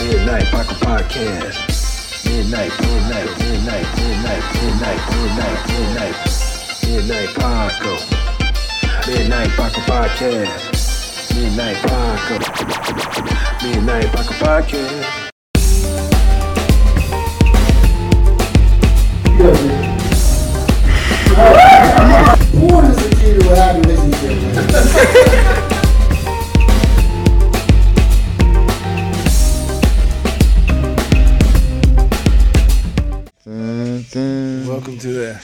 Like a podcast. Midnight, midnight, midnight, midnight, midnight, midnight, midnight, midnight Paco. Midnight Paco podcast. Midnight Paco. Midnight Paco podcast. Porn is the key to a happy relationship. man. Dun, dun. Welcome to the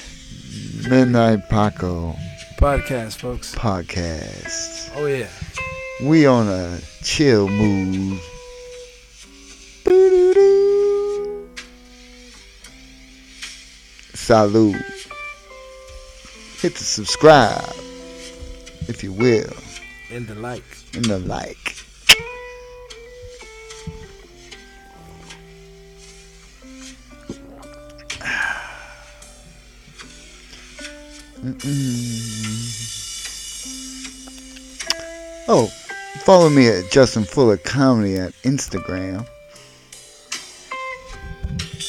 Midnight Paco podcast, folks. podcast. Oh yeah, We on a chill move. Salute. Hit the subscribe, if you will, and the like. and the like. Oh, follow me at Justin Fuller Comedy at Instagram.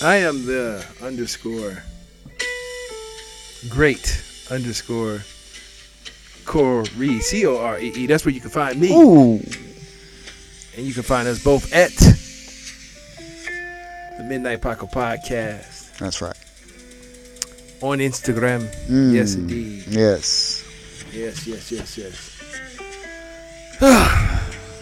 I am the underscore great underscore Corey C O R E E. That's where you can find me, Ooh, and you can find us both at the Midnight Paco Podcast that's right. on Instagram. Mm, Yes, indeed. Yes. Yes, yes, yes, yes.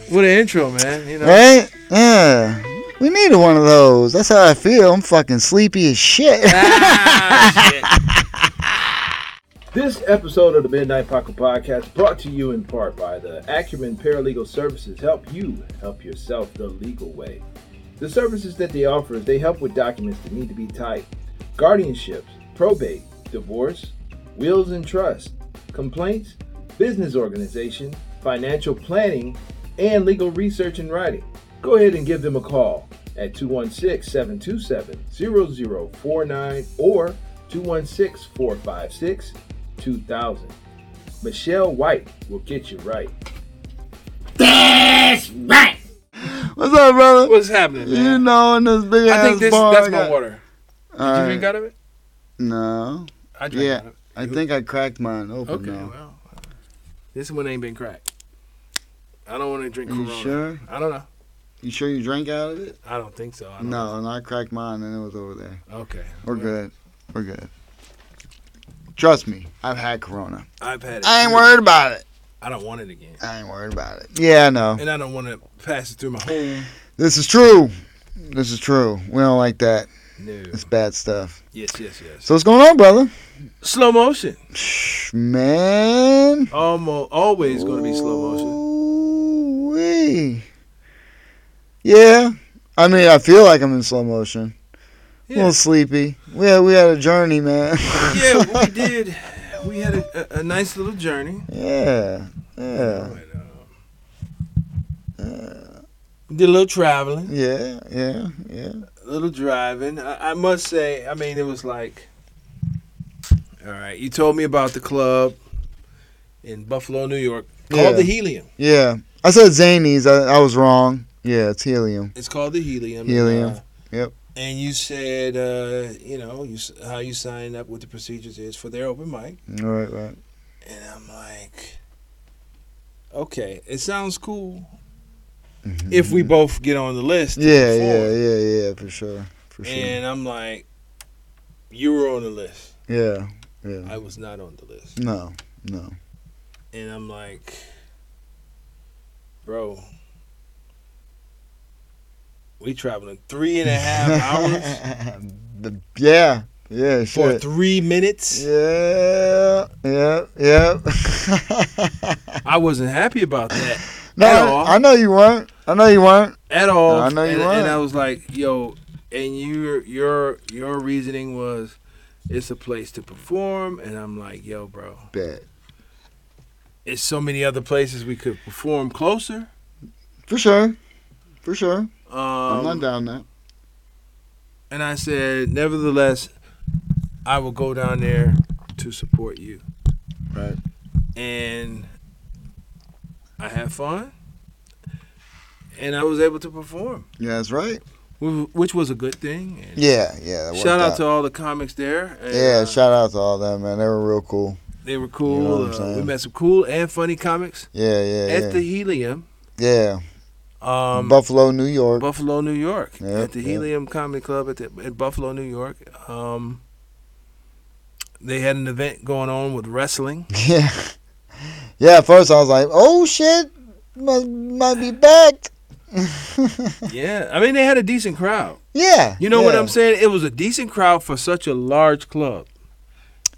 what an intro, man! You know, Right? Yeah. We needed one of those. That's how I feel. I'm fucking sleepy as shit. This episode of the Midnight Paco podcast brought to you in part by the Acumen Paralegal Services. Help you help yourself the legal way. The services that they offer is they help with documents that need to be typed, guardianships, probate, divorce, wills and trust, complaints, business organization, financial planning, and legal research and writing. Go ahead and give them a call at 216 727 0049 or 216 456 2000. Michelle White will get you right. What's up, brother? what's happening, You man? know, in this big I ass think this, bar. that's I my got- water. Did you Alright. drink out of it? No. I drank out Yeah. of it. I think I cracked mine open Okay, now. well, uh, this one ain't been cracked. I don't want to drink Are you Corona. sure? I don't know. You sure you drank out of it? I don't think so. I don't No, and I cracked mine and it was over there. Okay. We're good. We're good. Trust me, I've had Corona. I've had it. I ain't worried about it. I don't want it again. I ain't worried about it. Yeah, I know. And I don't want to pass it through my home. This is true. This is true. We don't like that. No. It's bad stuff. Yes, yes, yes. So what's going on, brother? Slow motion. Shh, Man. Almost always going to be slow motion. Ooh-wee. Yeah. I mean, I feel like I'm in slow motion. A Yeah. little sleepy. We had, we had a journey, man. yeah, we did. We had a, a, a nice little journey. yeah. Yeah. uh, Did a little traveling, Yeah. Yeah. Yeah. a little driving. I, I must say, I mean, it was like, all right, you told me about the club in Buffalo, New York called Yeah. the Helium. Yeah. I said Zanies. I, I was wrong. Yeah, it's helium. It's called the Helium. Helium, and, uh, yep. And you said, uh, you know, you, s- how you sign up, what the procedures is for their open mic. Right, right. And I'm like, okay, it sounds cool if we both get on the list. and Mm-hmm. Yeah, yeah, perform. yeah, yeah, for sure. For sure. And I'm like, you were on the list. yeah. Yeah. I was not on the list. No. No. And I'm like, bro, we traveling three and a half hours The- yeah. Yeah, for shit. three minutes. Yeah, yeah, yeah. I wasn't happy about that. no, At all. I know you weren't. I know you weren't. at all. I know you and, right. and I was like, yo, and your your your reasoning was it's a place to perform and I'm like, yo, bro, Bet. it's so many other places we could perform closer. For sure. For sure. I'm not Um, down that. and I said, nevertheless, I will go down there to support you. Right. And I had fun. And I was able to perform. Yeah, that's right. wh- which was a good thing. And Yeah, yeah. that Shout worked out to all the comics there. And, yeah, uh, shout out to all them, man. They were real cool. they were cool. You know what I'm Uh, we saying? met some cool and funny comics Yeah, yeah, at yeah. the Helium, yeah, um, Buffalo, New York. Buffalo, New York, Yeah, at the yeah. Helium Comedy Club at, the, at Buffalo, New York. Um, they had an event going on with wrestling. yeah, yeah. At first, I was like, "Oh shit, might, might be back." yeah, I mean they had a decent crowd. yeah, You know what yeah, I'm saying? It was a decent crowd for such a large club.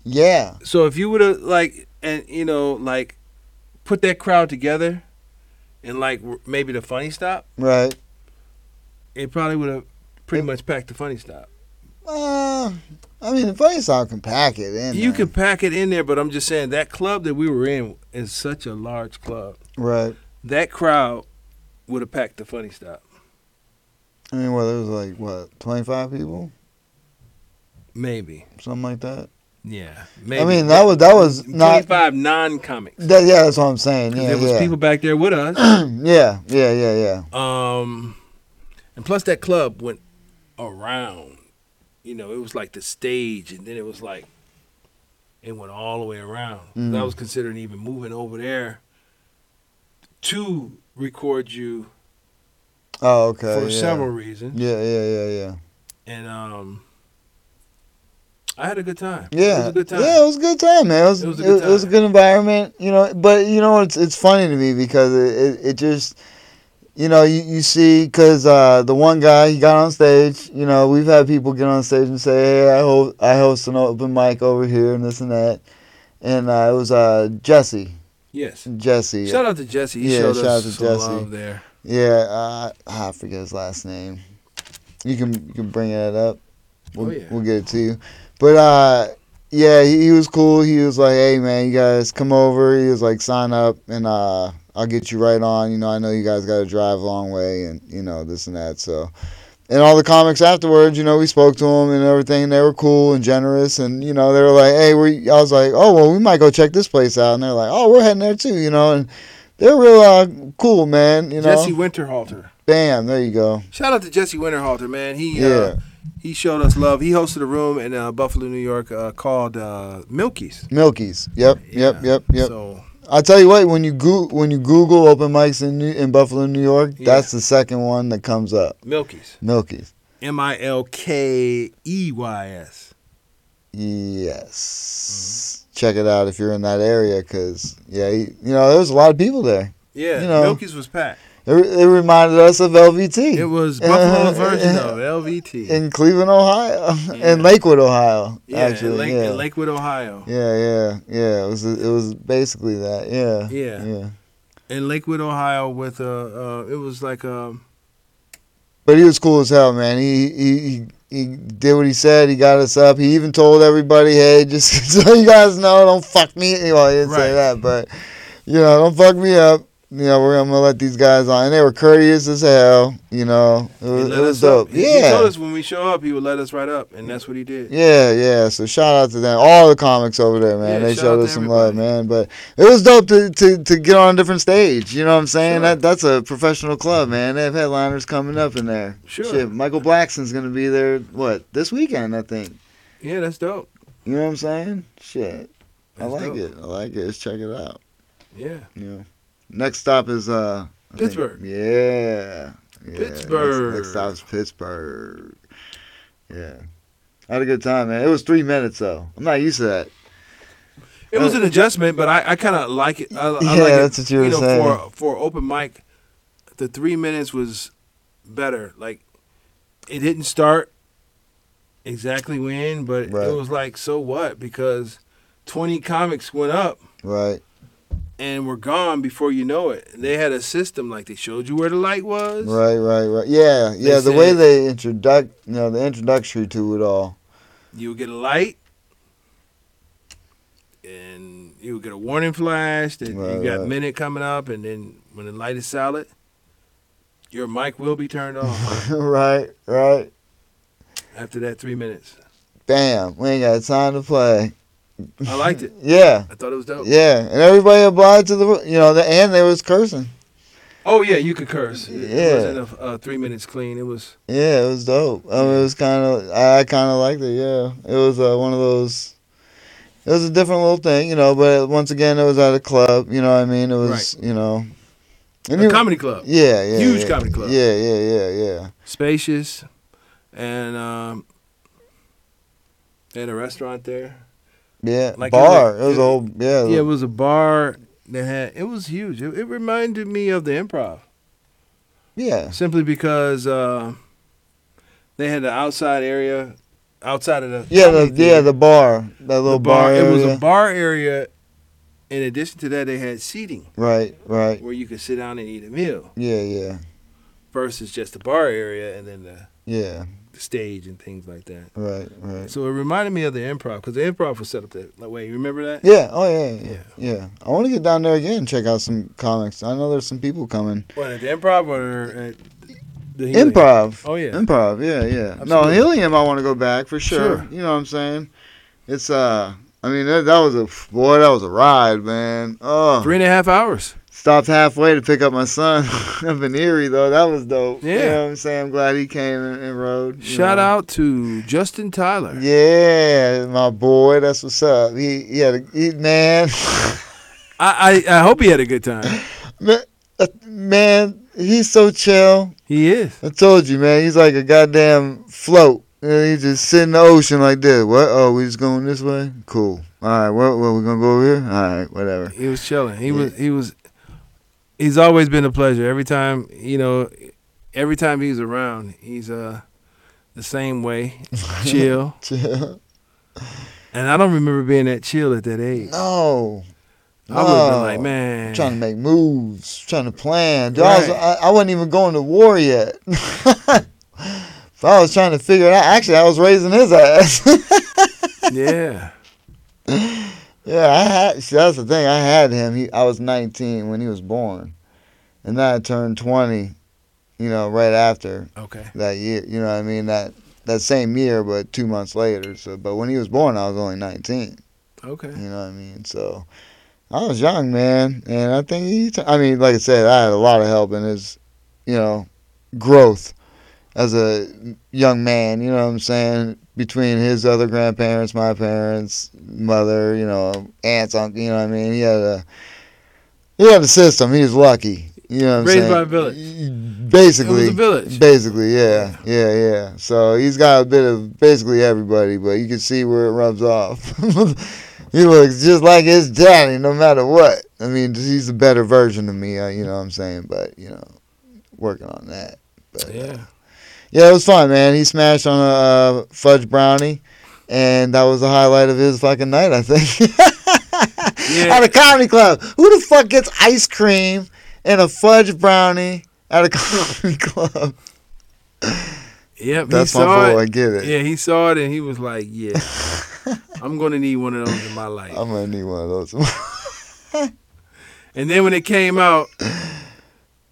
Yeah, So if you would have like and you know like put that crowd together and like w- maybe the funny stop, right. it probably would have pretty much packed the funny stop. Uh, I mean, the funny song can pack it in. You man. could pack it in there, but I'm just saying that club that we were in is such a large club. right. That crowd would have packed the funny stop. I mean, what it was like, what, twenty five people, Maybe. something like that. Yeah. Maybe. I mean, that was that was not. 25 non-comics. That, yeah, that's what I'm saying. Yeah, there was yeah. people back there with us. yeah, yeah, yeah, yeah. um and plus that club went around. You know, it was like the stage and then it was like it went all the way around. Mm. I was considering even moving over there to record you Oh, okay. for yeah. several reasons. Yeah, yeah, yeah, yeah. and um, I had a good time. it was Yeah, a good time. yeah, it was a good time, man. It was, it was, a, good time. environment, you know. But you know, it's it's funny to me because it, it, it just, you know, you, you see, because uh, the one guy he got on stage, you know, we've had people get on stage and say, hey, I host I host an open mic over here and this and that, and uh, it was uh, Jesse, yes. Jesse, Shout out to Jesse. He Yeah, showed us shout out to some Jesse. love there. yeah, uh, I forget his last name. You can you can bring that up. We'll, Oh, yeah. we'll get it to you. But uh, yeah, he, he was cool. He was like, "Hey man, you guys come over." He was like, "Sign up, and uh, I'll get you right on." You know, I know you guys got to drive a long way, and you know this and that. So, and all the comics afterwards, you know, we spoke to them and everything. And they were cool and generous, and you know, they were like, "Hey, we." I was like, "Oh well, we might go check this place out," and they're like, "Oh, we're heading there too," you know, and. They're real uh, cool, man. You know, Jesse Winterhalter. bam, there you go. Shout out to Jesse Winterhalter, man. He uh, Yeah. he showed us love. He hosted a room in uh, Buffalo, New York, uh, called uh, Milky's. Milkies. Yep, yep, Yeah. yep, yep. So I tell you what, when you go- when you Google open mics in New- in Buffalo, New York, Yeah. that's the second one that comes up. Milky's, Milky's. M I L K E Y S. Yes. Mm-hmm. Check it out if you're in that area, because yeah, you you know there's a lot of people there. Yeah, You know. Milky's was packed. It, re- it reminded us of LVT. It was Buffalo's version of LVT. in Cleveland, Ohio, Yeah. in Lakewood, Ohio. yeah, actually, in Lake, yeah. in Lakewood, Ohio. yeah, yeah, yeah. It was it was basically that. Yeah, Yeah. yeah. in Lakewood, Ohio, with a uh, it was like um But he was cool as hell, man. He he he, he did what he said. He got us up. He even told everybody, "Hey, just so you guys know, don't fuck me." Well, he didn't Right. say that, but you know, don't fuck me up. You know, we're gonna let these guys on, and they were courteous as hell. You know, it he was, let it us was up. dope. He, yeah, he told us when we show up, he would let us right up, and that's what he did. yeah, yeah. So shout out to them, all the comics over there, man. Yeah, they shout out showed to us some love, everybody. man. But it was dope to, to, to get on a different stage. You know what I'm saying? Sure. That that's a professional club, man. They have headliners coming up in there. Sure. Shit, Michael Blackson's gonna be there. What this weekend? I think. Yeah, that's dope. You know what I'm saying? Shit, I That's like dope. it. I like it. Let's check it out. Yeah, You know. Next stop is uh I think- Pittsburgh. yeah. Yeah, next- Pittsburgh. Next, stop is Pittsburgh. Yeah. I had a good time, man. It was three minutes though. I'm not used to that. it was an adjustment, but I, I kind of like it. I, I Yeah, like it, that's what you were know, saying. For for open mic, the three minutes was better. Like it didn't start exactly when, but Right. it was like so what because twenty comics went up. Right. And were gone before you know it. They had a system like they showed you where the light was. Right, right, right. Yeah, yeah. the said- way they introduc you know, the introductory to it all. you would get a light and you would get a warning flash that you Right, got right. minute coming up and then when the light is solid your mic will be turned off right, right. after that three minutes Bam. We ain't got time to play. i liked it Yeah. i thought it was dope Yeah. And everybody applied to the you know, the and they was cursing. Oh yeah, you could curse. It Yeah. wasn't a, uh, three minutes clean. It was. Yeah, it was dope. I mean, it was kind of I kind of liked it. Yeah, it was uh, one of those. It was a different little thing, you know. But once again, it was at a club. You know what I mean? It was you know. and a it- comedy club. Yeah, yeah. Huge yeah. comedy club. Yeah, yeah, yeah, yeah. Spacious, and um, they had a restaurant there. Yeah. Like, it was bar. like- It was, a whole yeah. Yeah, it was a bar that had. It was huge. It, it reminded me of the improv yeah. simply because uh, they had the outside area, outside of the Yeah, comedy the, yeah, theater. the bar, that The little bar, area. It was a bar area. In addition to that, they had seating Right, right. where you could sit down and eat a meal Yeah, yeah, versus just the bar area and then the, yeah. the stage and things like that. Right, right. So it reminded me of the improv because the improv was set up that like, way. You remember that? Yeah. Oh yeah, yeah. Yeah. Yeah. I want to get down there again. and Check out some comics. I know there's some people coming. What at the improv or at the Helium? Improv. Oh yeah. Improv. Yeah, yeah. No, Absolutely. Helium. I want to go back for sure. Sure. You know what I'm saying? It's uh. I mean that, that was a boy. That was a ride, man. Oh, Three and a half hours. stopped halfway to pick up my son up in Erie though. That was dope. You Yeah. know what I'm saying? I'm glad he came and, and rode. you Shout know. out to Justin Tyler. Yeah, my boy. That's what's up. He, he had a he, man. I, I I hope he had a good time. Uh, man, he's so chill. He is. I told you, man, he's like a goddamn float. And he just sit in the ocean like this. What? Oh, we just going this way? Cool. All right. What? What? We gonna go over here? All right. Whatever. He was chilling. He was he was. He's always been a pleasure. Every time you know, every time he's around, he's uh the same way, chill. Chill. And I don't remember being that chill at that age. No. I would have no. been like, man, Trying to make moves. Trying to plan. Dude, I, was, Right. I, I wasn't even going to war yet. If I was trying to figure it out. Actually, I was raising his ass. yeah. Yeah, I had. See, that's the thing. I had him. He, I was 19 when he was born, and then I turned 20. You know, right after Okay. that year. You know, what I mean that that same year, but two months later. So, but when he was born, I was only 19. Okay. You know what I mean? So, I was young, man, and I think he. T- I mean, like I said, I had a lot of help in his, you know, growth as a young man. You know what I'm saying? Between his other grandparents, my parents, mother, you know, aunts, uncle. You know what I mean? He had a he had a system. He was lucky. You know what I'm Raised saying? by a village. Basically, It was a village. Basically, yeah, yeah, yeah. So he's got a bit of basically everybody, but you can see where it rubs off. he looks just like his daddy, no matter what. I mean, he's a better version of me. uh, You know what I'm saying? But you know, working on that. But, uh, Yeah. yeah, it was fun, man. He smashed on a uh, fudge brownie, and that was the highlight of his fucking night, I think. Yeah. at a comedy club, who the fuck gets ice cream and a fudge brownie at a comedy club? Yep. That's he my saw boy. I It. get it. Yeah, he saw it and he was like, "Yeah, I'm gonna need one of those in my life." I'm gonna need one of those. and then when it came out,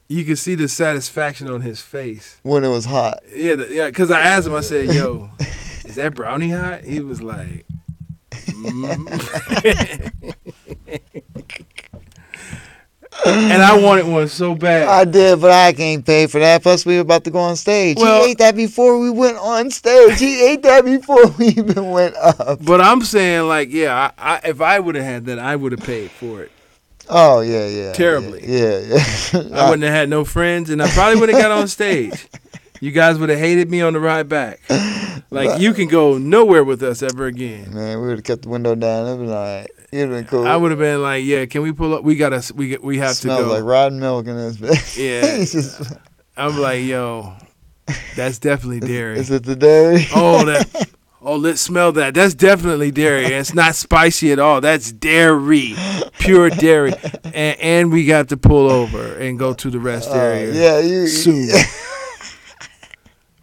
you could see the satisfaction on his face. when it was hot. Yeah, the, yeah. Because I asked him, I said, "Yo, is that brownie hot?" He was like, mm. "And I wanted one so bad." I did, but I can't pay for that. Plus, we were about to go on stage. Well- he ate that before we went on stage. He ate that before we even went up. but I'm saying, like, yeah, I, I, if I would have had that, I would have paid for it. Oh yeah, yeah. Terribly. Yeah, yeah. I wouldn't have had no friends, and I probably would have got on stage. You guys would have hated me on the ride back. Like you can go nowhere with us ever again. Man, we would have kept the window down. It'd been all right. It'd been cool. I would have been like, yeah, can we pull up? We gotta, we we have to Smells go. like rotten milk in this bitch. Yeah. It's just- I'm like, yo, that's definitely dairy. is it the dairy? Oh, that. Oh, let's smell that. That's definitely dairy. It's not spicy at all. That's dairy, pure dairy. And, and we got to pull over and go to the rest Uh, area. yeah, you. soon.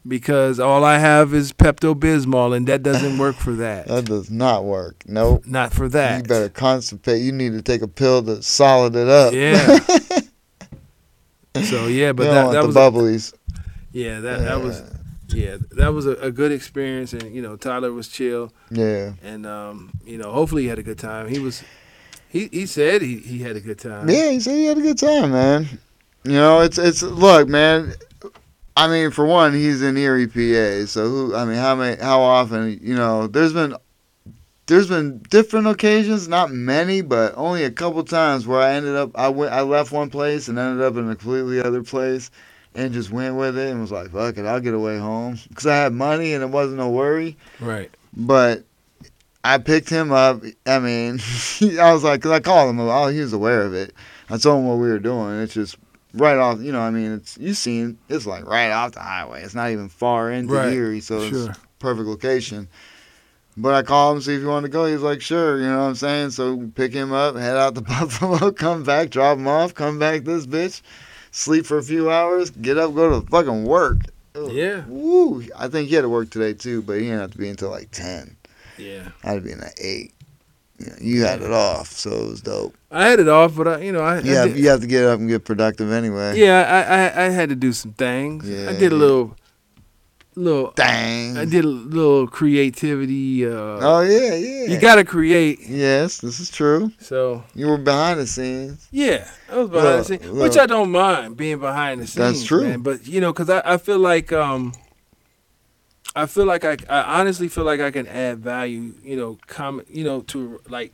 because all I have is Pepto Bismol, and that doesn't work for That that. does not work. Nope. Not for You that. better constipate. You need to take a pill to solid it up. Yeah. so yeah, but you don't that, want that the was a- bubblies. yeah that that was yeah that was a, a good experience, and you know Tyler was chill, Yeah. and um you know hopefully he had a good time. He was. He, he said he, he had a good time. Yeah, he said he had a good time, man. You know, it's it's look, man. I mean, for one, he's in Erie, PA. So who? I mean, how many? How often? You know, there's been there's been different occasions, not many, but only a couple times where I ended up I went I left one place and ended up in a completely other place, and just went with it and was like, fuck it, I'll get away home because I had money and it wasn't no worry. Right. But I picked him up. I mean, I was like, 'cause I called him. Oh, he was aware of it. I told him what we were doing. It's just right off. You know, I mean, it's you seen. It's like right off the highway. It's not even far into Right. Erie, so Sure. it's perfect location. But I called him see if he wanted to go. He's like, sure. You know what I'm saying? So we pick him up, head out to Buffalo, come back, drop him off, come back this bitch, sleep for a few hours, get up, go to fucking work. Ugh. Yeah. Woo! I think he had to work today too, but he didn't have to be until like ten. Yeah. I'd have been at eight. You, know, you had it off, so it was dope. I had it off, but I, you know, I I Yeah, did- you have to get up and get productive anyway. yeah, I, I I had to do some things. I did a Yeah. little, little. Dang. I did a little creativity. Uh, Oh yeah, yeah. You gotta create. Yes, this is true. So You were behind the scenes. yeah, I was behind the Look, scenes, look. which I don't mind being behind the scenes. That's true. man. But you know, because I, I feel like um, I feel like I I honestly feel like I can add value. You know, comment. You know, to like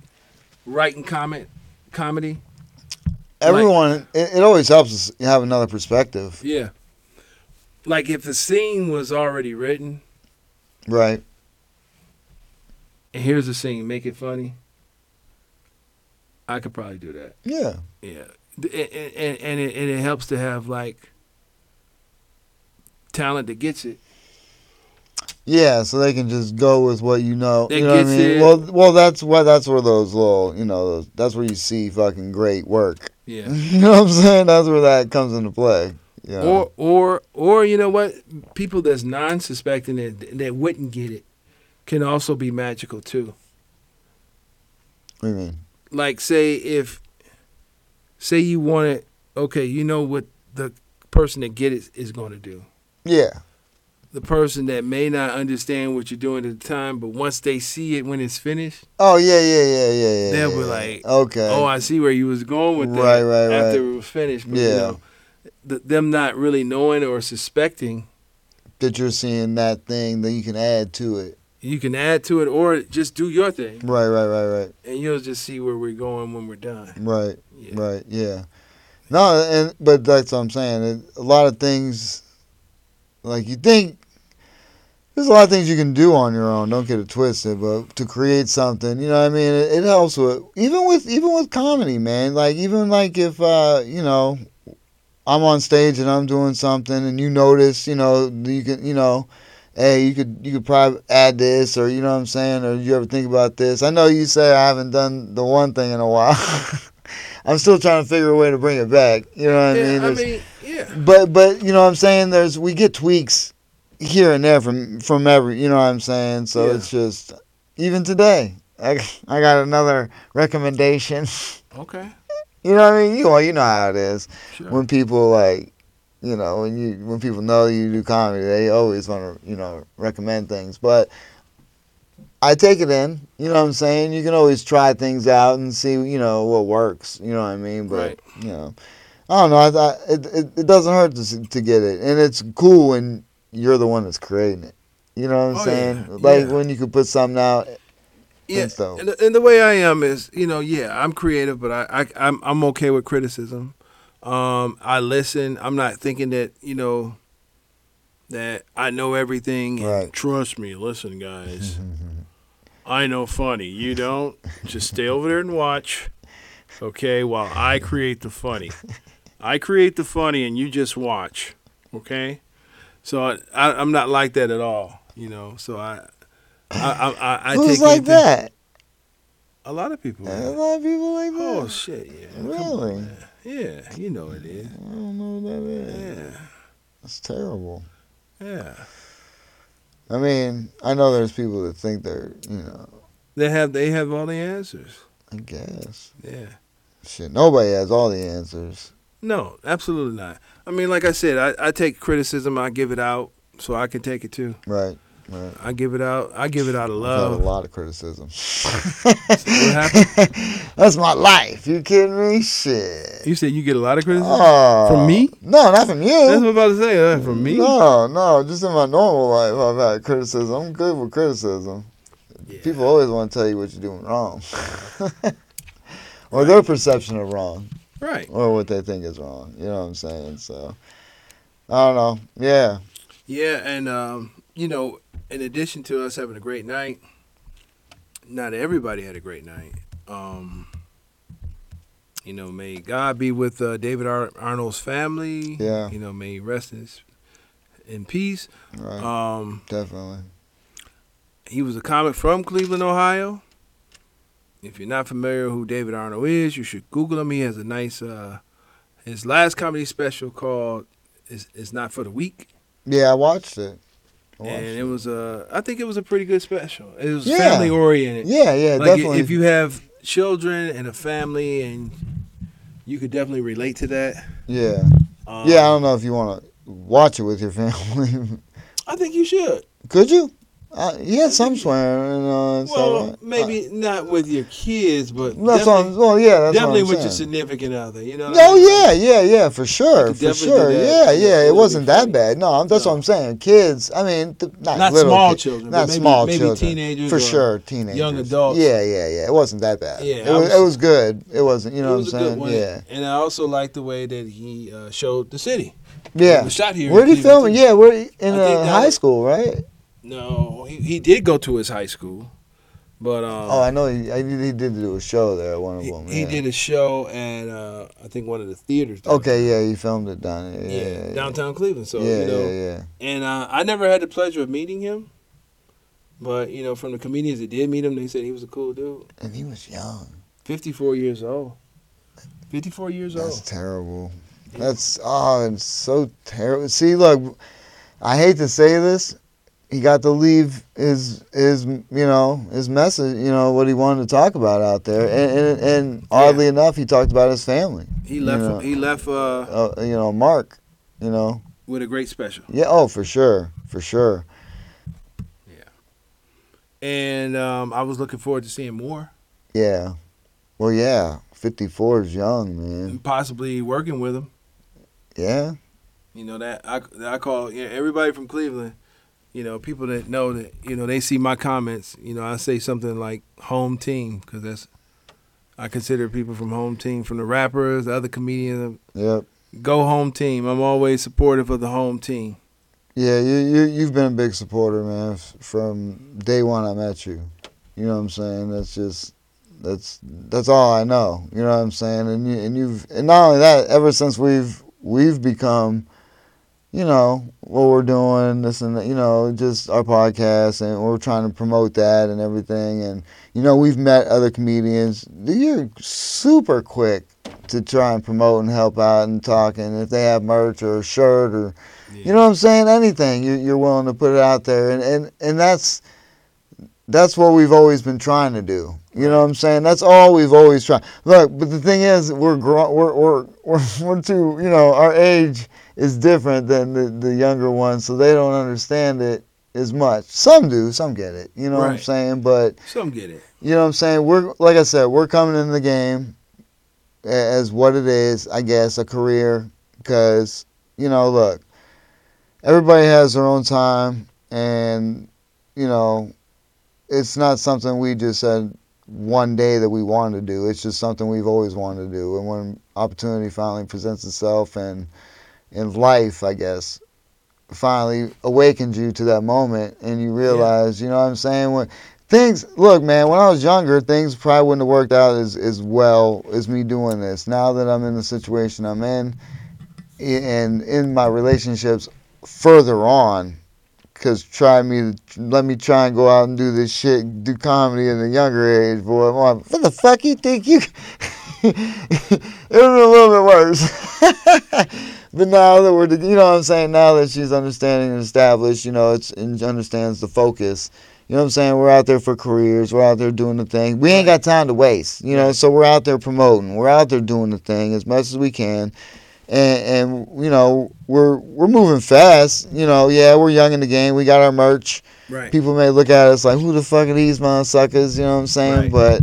writing comment comedy. Everyone, it, it always helps us have another perspective, Yeah. Like if the scene was already written, right? and here's the scene, make it funny. I could probably do that. Yeah, Yeah, and and, and, it, and it helps to have like talent that gets it. yeah. So they can just go with what you know. That you know what I gets mean? it. Well, well, that's why. That's where those little, you know, those, that's where you see fucking great work. Yeah, you know what I'm saying? That's where that comes into play. Yeah. or or or you know what? People that's non-suspecting that that wouldn't get it can also be magical too. what do you mean? Like say if say you want it, okay, you know what the person that get it is going to do. Yeah. The person that may not understand what you're doing at the time, but once they see it when it's finished. Oh yeah, yeah, yeah, yeah, yeah. They'll yeah, be yeah. like, okay, oh, I see where you was going with that. Right, right, right. After it was finished, but, you Yeah. know, th- them not really knowing or suspecting, that you're seeing that thing that you can add to it. you can add to it or just do your thing, Right, right, right, right, and you'll just see where we're going when we're done. right, Yeah. right. Yeah. No, and but that's what I'm saying. It, a lot of things, like you think, there's a lot of things you can do on your own. Don't get it twisted, but to create something, you know, what I mean, it, it helps with even with even with comedy, man. Like even like if uh, you know, I'm on stage and I'm doing something, and you notice, you know, you can, you know, hey, you could you could probably add this, or you know what I'm saying, or you ever think about this? I know you say I haven't done the one thing in a while. I'm still trying to figure a way to bring it back. You know what I mean? yeah, I There's- mean, yeah, but but you know what I'm saying there's we get tweaks here and there from from every you know what I'm saying so Yeah. it's just even today I, I got another recommendation okay, you know what I mean you well you know how it is sure, when people like you know when you when people know you do comedy they always want to you know recommend things but I take it in you know what I'm saying you can always try things out and see you know what works you know what I mean but Right. you know I don't know I, thought it, it it doesn't hurt to s- to get it and it's cool when you're the one that's creating it you know what I'm Oh, saying yeah, like yeah. when you could put something out yeah. think so. And, the- and the way I am is, you know, yeah, I'm creative, but I, I I'm I'm okay with criticism. Um, I listen. I'm not thinking that you know that I know everything. and Right. Trust me. Listen, guys. I know funny. You don't. Just stay over there and watch. Okay, while I create the funny. I create the funny, and you just watch. Okay. So I, I I'm not like that at all. You know. So I. I, I, I, I who's take like anything- that a lot of people. a have. lot of people like Oh that shit! Uh, Yeah, Come on. really Yeah, you know it is. I don't know what that is Yeah, that's terrible. yeah. I mean, I know there's people that think they're, you know, They have they have all the answers. I guess. Yeah. Shit, nobody has all the answers. No, absolutely not. I mean, like I said, I, I take criticism. I give it out, so I can take it too. Right. Right. I give it out. I give it out of I've had a love. lot of criticism. What happened? That's my life. You kidding me? Shit. You said you get a lot of criticism Oh. from me. No, not from That's what you. I'm about to say. Uh, from me. No, no, just in my normal life, I've had criticism. I'm good with criticism. Yeah. People always want to tell you what you're doing wrong, or their perception of wrong, Right. or what they think is wrong. You know what I'm saying? So, I don't know. Yeah, Yeah, and um, you know, in addition to us having a great night, not everybody had a great night. Um, you know, may God be with uh, David Ar- Arnold's family. Yeah. You know, may he rest in, his- in peace. right, Um, definitely. he was a comic from Cleveland, Ohio. If you're not familiar who David Arnold is, you should Google him. He has a nice uh, his last comedy special called "Is It's Not for the Weak." Yeah, I watched it. I watched and it. it was a I think it was a pretty good special. It was Oh, Yeah. family oriented. Yeah, yeah, like definitely. if you have children and a family, and you could definitely relate to that. yeah, Um, yeah. I don't know if you want to watch it with your family. I think you should. Could you? Uh, he had some swearing. And, uh, so, Well, uh, maybe not with your kids, but That's definitely, on. Well, yeah, that's definitely what with I'm your saying. significant other. You know? what I Uh, No, mean? yeah, yeah, yeah, for You sure, could for definitely do sure. that. Yeah, Yeah, yeah, it it would wasn't be that funny. bad. No, I'm- that's No. what I'm saying. Kids, I mean, th- not, Not little small kid- children, but not maybe- small maybe children, teenagers or for sure, teenagers, adults. Yeah, yeah, yeah. It wasn't that bad. Yeah, it I was, was- it was good. It wasn't. You It know was what a I'm good saying? one. Yeah, and I also like the way that he uh, showed the city. It yeah. was shot here. in Where did he Cleveland, film it? too. Yeah, where he- in I think uh, that- high school, right? No, he, he did go to his high school, but um, Oh, I know. He, I, he did do a show there. at One of he, them. he yeah. did a show at uh, I think one of the theaters. down- Okay, yeah, he filmed it down. there. yeah, Yeah, yeah, yeah. downtown Cleveland. So yeah, you know, yeah, yeah. and uh, I never had the pleasure of meeting him, but you know, from the comedians that did meet him, they said he was a cool dude. And he was young. Fifty-four years old. Fifty-four years That's old. terrible. That's oh, it's so terrible. See, look, I hate to say this. He got to leave his his you know his message you know what he wanted to talk about out there, and and, and oddly enough, he talked about his family. He left. Yeah. He left uh, Uh, you know, Mark. You know, with a great special. yeah. Oh, for sure, for sure. And um, I was looking forward to seeing more, Yeah. Well, yeah. Fifty four is young, man. and possibly working with him. Yeah. You know that I that I call you know, everybody from Cleveland. You know, people that know that you know they see my comments. You know, I say something like home team because that's I consider people from home team, from the rappers, the other comedians. Yep. Go home team. I'm always supportive of the home team. Yeah, you, you you've been a big supporter, man, f- from day one I met you. You know what I'm saying? That's just that's that's all I know. You know what I'm saying? And you and you've and not only that, ever since we've we've become, you know, what we're doing, this and that, you know, just our podcast and we're trying to promote that and everything. And you know, we've met other comedians. You're super quick to try and promote and help out and talk. And if they have merch or a shirt or you know what I'm saying? Anything you, you're willing to put it out there, and, and and that's that's what we've always been trying to do. You know what I'm saying? That's all we've always tried. Look, but the thing is, we're gro- we're, we're we're we're too. You know, our age is different than the the younger ones, so they don't understand it as much. Some do, some get it. You know what I'm Right. saying? But Some get it. you know what I'm saying? We're like I said, we're coming in the game a- as what it is, I guess, a career. Because you know, look, everybody has their own time, and you know, it's not something we just said one day that we wanted to do. It's just something we've always wanted to do. And when opportunity finally presents itself, and in life, I guess, finally awakens you to that moment, and you realize, you know what I'm saying? When things look man when i was younger things probably wouldn't have worked out as, as well as me doing this now that i'm in the situation i'm in i- and in my relationships further on because try me let me try and go out and do this shit do comedy in the younger age boy I'm like, what the fuck you think you it would be a little bit worse but now that we're you know what i'm saying now that she's understanding and established you know it's and understands the focus you know what I'm saying? We're out there for careers. We're out there doing the thing. We ain't got time to waste, you know. So we're out there promoting. We're out there doing the thing as much as we can. and and you know we're we're moving fast. You know, yeah, we're young in the game. We got our merch. Right. People may look at us like, who the fuck are these motherfuckers? You know what I'm saying? Right. But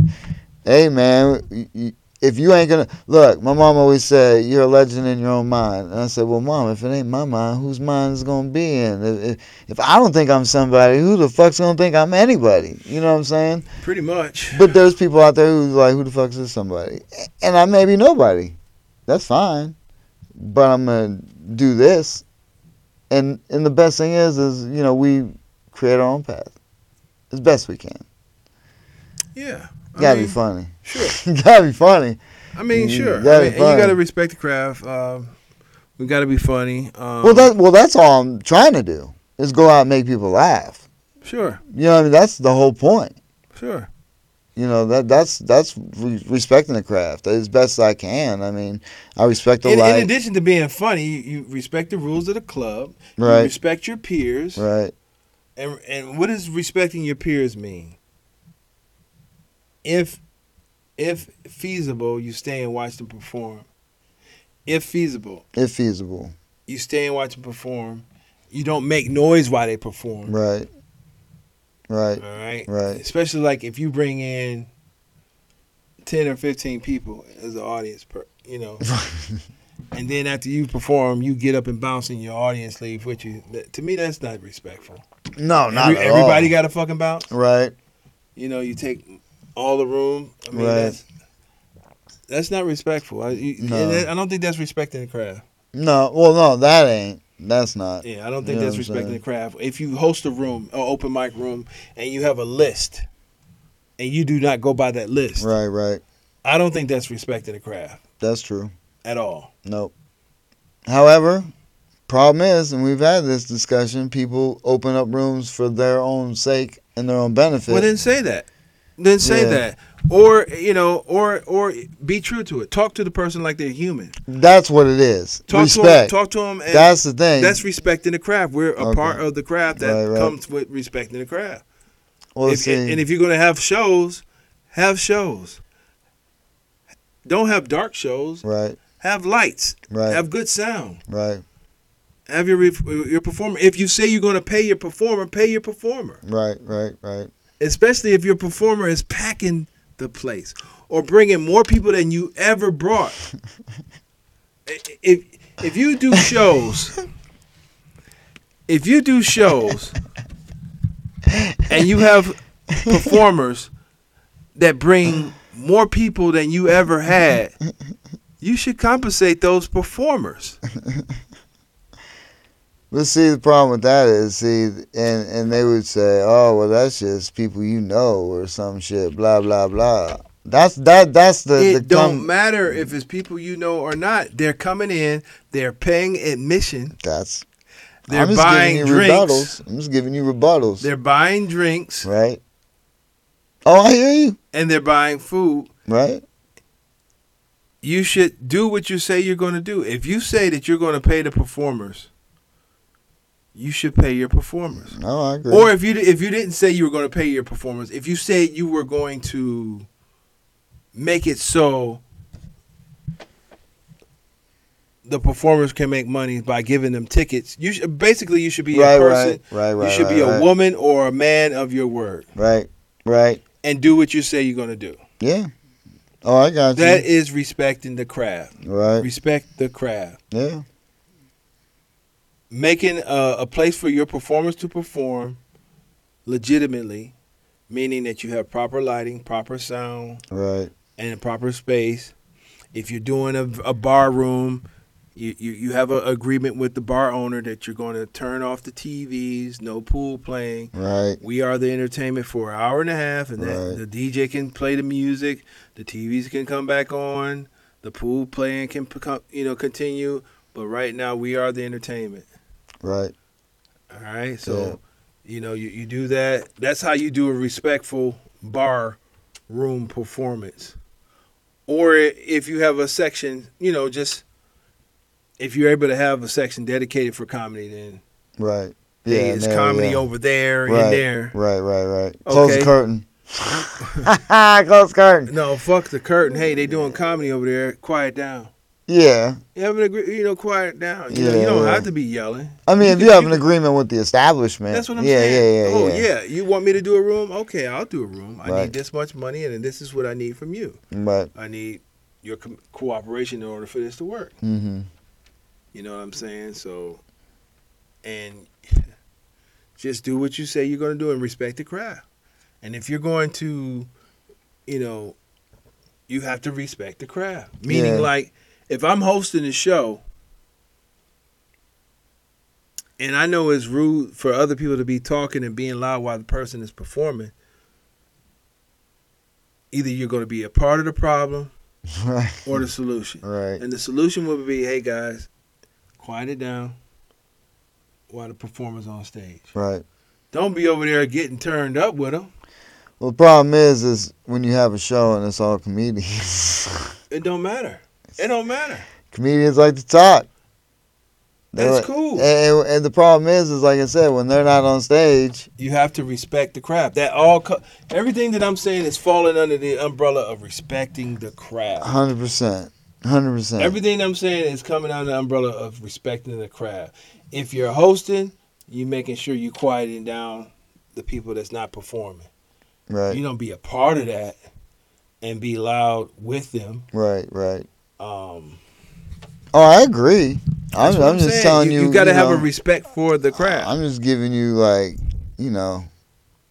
hey, man, y- y- if you ain't gonna look, my mom always said you're a legend in your own mind. And I said, well, mom, if it ain't my mind, whose mind is it gonna be in? If, if, if I don't think I'm somebody, who the fuck's gonna think I'm anybody? You know what I'm saying? Pretty much. But there's people out there who's like, who the fuck's this somebody? And I may be nobody. That's fine. But I'm gonna do this. And and the best thing is is, you know, we create our own path. As best we can. Yeah. I gotta mean, be funny. Sure. gotta be funny. I mean, You sure. gotta I mean, and you find- got to respect the craft. Um, we got to be funny. Um, well that well that's all I'm trying to do is go out and make people laugh. sure, You know what I mean? That's the whole point. sure. You know, that that's that's re- respecting the craft as best I can. I mean, I respect the In, in light. addition to being funny, you, you respect the rules of the club. Right. You respect your peers. right. And and what does respecting your peers mean? If if feasible, you stay and watch them perform. If feasible, If feasible. you stay and watch them perform. You don't make noise while they perform. Right. Right. All right. Right. Especially like if you bring in ten or fifteen people as an audience, per you know, and then after you perform, you get up and bounce and your audience leave with you. That- to me, that's not respectful. No, not Every- at everybody all. got to fucking bounce. right. You know, you take all the room. I mean, Right. that's that's not respectful. I, you, No. and I don't think that's respecting the craft. No, well, no, that ain't. That's not. Yeah, I don't think Yeah, that's I'm respecting saying. the craft. If you host a room, an open mic room, and you have a list, and you do not go by that list, Right. Right. I don't think that's respecting the craft That's true. at all. Nope. However, problem is, and we've had this discussion. People open up rooms for their own sake and their own benefit. Well, then say that. Then say Yeah. that. Or you know, or or be true to it. Talk to the person like they're human. that's what it is. Talk Respect. to them. Talk to them. And that's the thing. That's respecting the craft. We're a Okay. part of the craft that Right, right. comes with respecting the craft. well, If- see, and if you're going to have shows, have shows. Don't have dark shows. right. Have lights. Right. Have good sound. Right. Have your ref- your performer. If you say you're going to pay your performer, pay your performer. Right. Right. Right. Especially if your performer is packing the place or bringing more people than you ever brought. I- i- if if you do shows, if you do shows and you have performers that bring more people than you ever had, you should compensate those performers. Let's see. The problem with that is, see, and and they would say, "Oh, well, that's just people you know or some shit." Blah blah blah. That's that. That's the. it the don't com- matter if it's people you know or not. They're coming in. They're paying admission. That's. They're I'm just buying giving you drinks. rebuttals. I'm just giving you rebuttals. They're buying drinks right. Oh, I hear you. and they're buying food. Right. You should do what you say you're going to do. If you say that you're going to pay the performers, you should pay your performers. No, I agree. Or if you if you didn't say you were going to pay your performers, if you said you were going to make it so the performers can make money by giving them tickets, you should, basically you should be right, a person. right, right, right. you should right, be a right, woman or a man of your word Right. Right. and do what you say you're going to do. Yeah. Oh, I got you. That is respecting the craft. right. Respect the craft. yeah. making uh, a, a place for your performers to perform legitimately, meaning that you have proper lighting, proper sound, Right. and a proper space. If you're doing a, a bar room, you, you, you have an agreement with the bar owner that you're going to turn off the TVs, no pool playing. Right. We are the entertainment for an hour and a half, and that Right. the DJ can play the music, the TVs can come back on, the pool playing can become, you know continue. But right now, we are the entertainment. Right. All right. So, you know, you, you do that. That's how you do a respectful bar room performance. Or i- if you have a section, you know, just if you're able to have a section dedicated for comedy, then Right. Yeah. hey, it's no, comedy yeah. over there, right, in there. Right. Right. Right. Close the Okay. curtain. Close the curtain. No, fuck the curtain. Hey, they doing comedy over there. Quiet down. Yeah. You have an agree, you know, quiet down. You, know, you Yeah, don't yeah. have to be yelling. I mean, You if can- you have you an can- agreement with the establishment, That's what I'm yeah, saying. yeah, yeah, oh, yeah, yeah. You want me to do a room? Okay, I'll do a room. I Right. need this much money, and then this is what I need from you. But I need your co- cooperation in order for this to work. hmm You know what I'm saying? So, and just do what you say you're going to do and respect the craft. And if you're going to, you know, you have to respect the craft. Meaning, Yeah. like, if I'm hosting a show and I know it's rude for other people to be talking and being loud while the person is performing, either you're going to be a part of the problem right, or the solution. right, And the solution would be, hey guys, quiet it down while the performer's on stage. right. Don't be over there getting turned up with them. Well, the problem is, is when you have a show and it's all comedians. It don't matter. It don't matter. comedians like to talk. They're That's like- cool. And, and the problem is, is like I said, when they're not on stage, You have to respect the craft. That all co- everything that I'm saying is falling under the umbrella of respecting the craft. hundred percent, hundred percent. Everything I'm saying is coming under the umbrella of respecting the craft. If you're hosting, you making sure you quieting down the people that's not performing. Right, You don't be a part of that and be loud with them. right, right. Um, Oh, I agree. I'm, that's what I'm just saying. telling you. you, got to have know, Uh, a respect for the craft. I'm just giving you like, you know,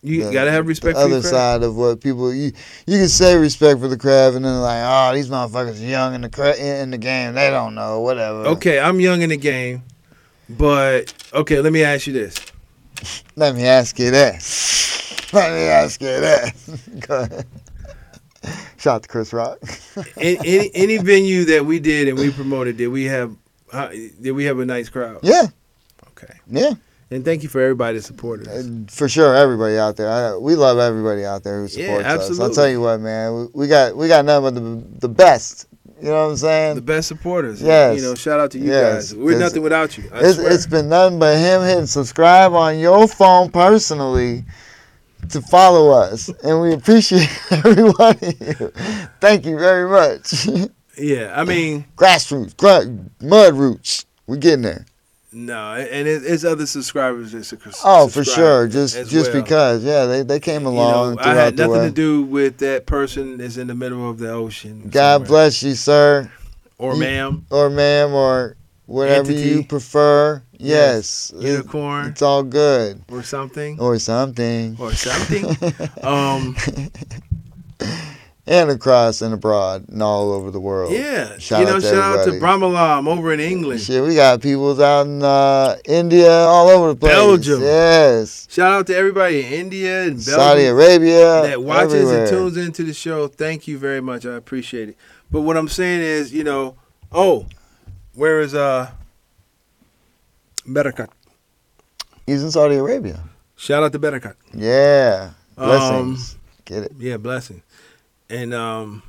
you the- got to have respect the for other the craft. side of what people you you can say respect for the craft, and then like, oh, these motherfuckers are young in the cra- in the game, they don't know, whatever. Okay, I'm young in the game, but okay, let me ask you this: Let me ask you that. Let me ask you that. Go ahead. Shout out to Chris Rock. any, any any venue that we did and we promoted, did we have uh, did we have a nice crowd? Yeah, Okay, yeah, and thank you for everybody that supported us. and for sure. Everybody out there, I, we love everybody out there who Yeah, supports us. I'll absolutely. tell you what, man, we, we got we got nothing but the the best. You know what I'm saying? The best supporters. Yes. you know, shout out to you Yes. guys. We're It's- nothing without you. I It's, swear. it's been nothing but him hitting subscribe on your phone personally to follow us, and we appreciate every one of you. Thank you very much. yeah, I mean, Grassroots, gr- mud roots, we're getting there. no, and it, it's other subscribers that subscribe. Oh, for sure. Just as just well. because, yeah, they, they came You along know, throughout I had the nothing way. to do with that person that's in the middle of the ocean. God somewhere. bless you, sir Or you- ma'am. or ma'am or whatever you Entity. prefer. Yes. Yes, it- Unicorn it's all good or something. or something. Or something. um and across and abroad and all over the world. yeah. Oh, Shout you out know, to shout out to everybody. Brahmalam over in England. Shit, we got peoples out in uh, India, all over the place. Belgium. yes, Shout out to everybody in India and Belgium Saudi Arabia, that watches everywhere. and tunes into the show. Thank you very much. I appreciate it. But what I'm saying is, you know, oh, where is uh Barakat? He's in Saudi Arabia. Shout out to Barakat. Yeah, Um, blessings. Get it? Yeah, blessing. And um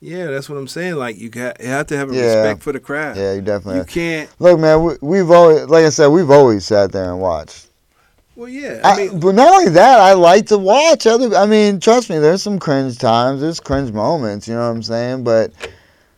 yeah, that's what I'm saying. Like you got you have to have a Yeah. respect for the craft. Yeah, you definitely. You can't Look, man, we, we've always, like I said, we've always sat there and watched. well yeah. I, I mean but not only that, I like to watch other. I mean, trust me, there's some cringe times, there's cringe moments. You know what I'm saying? But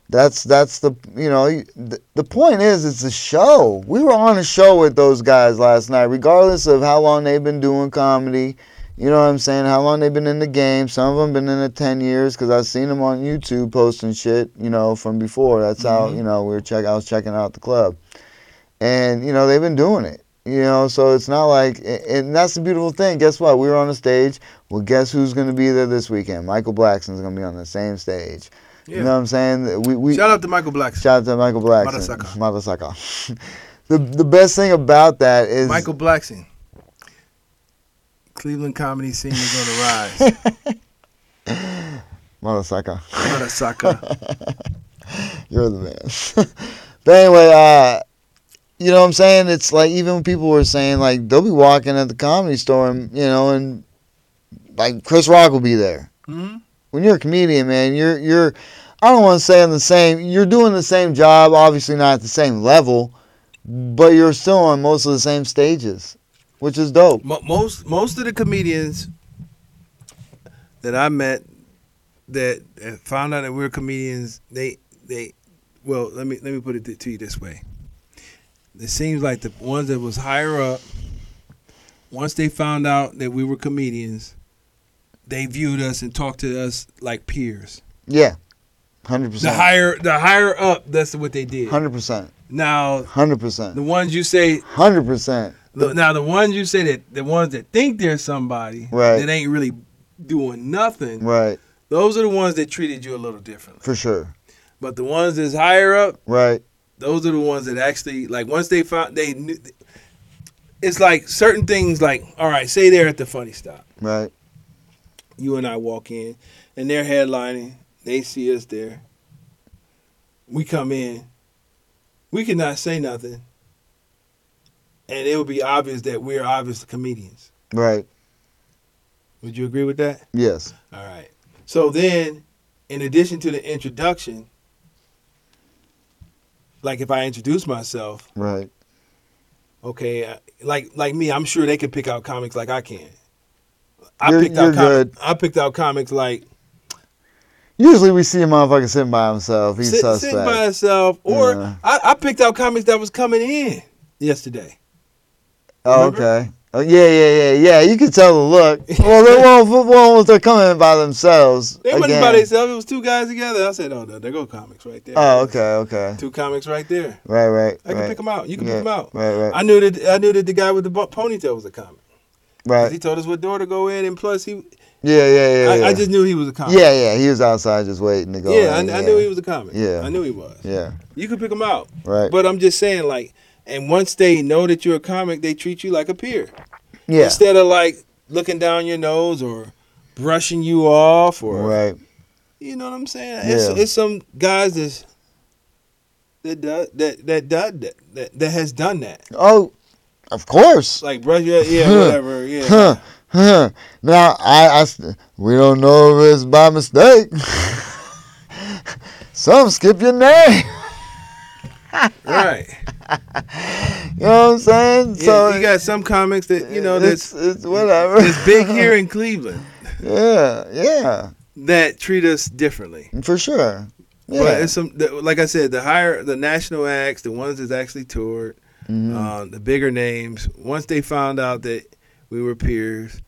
that's that's the you know you- the, the point is it's a show. We were on a show with those guys last night, regardless of how long they've been doing comedy. You know what I'm saying? How long they've been in the game? Some of them been in it ten years because I've seen them on YouTube posting shit. You know from before. That's how Mm-hmm. you know we were check. I was checking out the club, and you know they've been doing it. You know, so it's not like, a- and that's the beautiful thing. Guess what? We were on a stage. Well, guess who's going to be there this weekend? Michael Blackson's going to be on the same stage. Yeah. You know what I'm saying? We, we, shout out to Michael Blackson. Shout out to Michael Blackson. Madasaka. Madasaka. the the best thing about that is Michael Blackson. Cleveland comedy scene is on the rise. Madasaka. Madasaka. You're the man. but anyway, uh, you know what I'm saying? It's like even when people were saying like they'll be walking at the comedy store and you know and like Chris Rock will be there. Mhm. When you're a comedian, man, you're you're I don't want to say on the same. You're doing the same job, obviously not at the same level, but you're still on most of the same stages, which is dope. Mo- most most of the comedians that I met that, that found out that we are comedians, they they well, let me let me put it th- to you this way. It seems like the ones that was higher up, once they found out that we were comedians, they viewed us and talked to us like peers. Yeah, hundred The percent. higher the higher up, that's what they did. Hundred percent. Now Hundred percent. the ones you say Hundred percent. Look, now the ones you say that the ones that think they're somebody Right. that ain't really doing nothing, Right. those are the ones that treated you a little differently. For sure. But the ones that's higher up, Right. those are the ones that actually like once they found they knew. It's like certain things like all right, say they're at the funny stop. Right. You and I walk in, and they're headlining. They see us there. We come in. We cannot say nothing, and it would be obvious that we're obvious comedians. Right. Would you agree with that? Yes. All right. So then, in addition to the introduction, like if I introduce myself, Right. okay, I- like like me, I'm sure they can pick out comics like I can. I You're- picked you're out comic- good. I picked out comics like Usually we see a motherfucker sitting by himself. He's sit, suspect. sit by himself, or Yeah. I, I picked out comics that was coming in yesterday. Oh, Remember? okay. Oh, yeah, yeah, yeah, yeah. You can tell the look. Well, they won't. Well, they're coming by themselves. They again. wasn't by themselves; it was two guys together. I said, "Oh, no, there go comics right there." Oh, okay, okay. Two comics right there. Right, right. I can right. pick them out. You can yeah, pick them out. Right, right, I knew that I knew that the guy with the bu- ponytail was a comic. 'Cause He right. told us what door to go in, and plus he, Yeah, yeah, yeah. I, yeah. I just knew he was a comic. yeah, yeah. He was outside just waiting to go. yeah, I, in, I knew he was a comic. Yeah. I knew he was. Yeah, You could pick him out, right. but I'm just saying, like, and once they know that you're a comic, they treat you like a peer yeah, instead of like looking down your nose or brushing you off or right. you know what I'm saying. It's, Yeah. it's some guys that's, that do- that that that that that that has done that. Oh, of course. Like brush your yeah whatever yeah. Huh, huh. Now I, I s- we don't know if it's by mistake. Some skip your name. Right. You know what I'm saying? Yeah, so you got some comics that you know it's, that's it's whatever. that's big here in Cleveland Yeah, yeah, that treat us differently. for sure. Yeah, But it's some the, like I said, the higher the national acts, the ones that's actually toured, Mhm. uh, the bigger names. Once they found out that we were peers,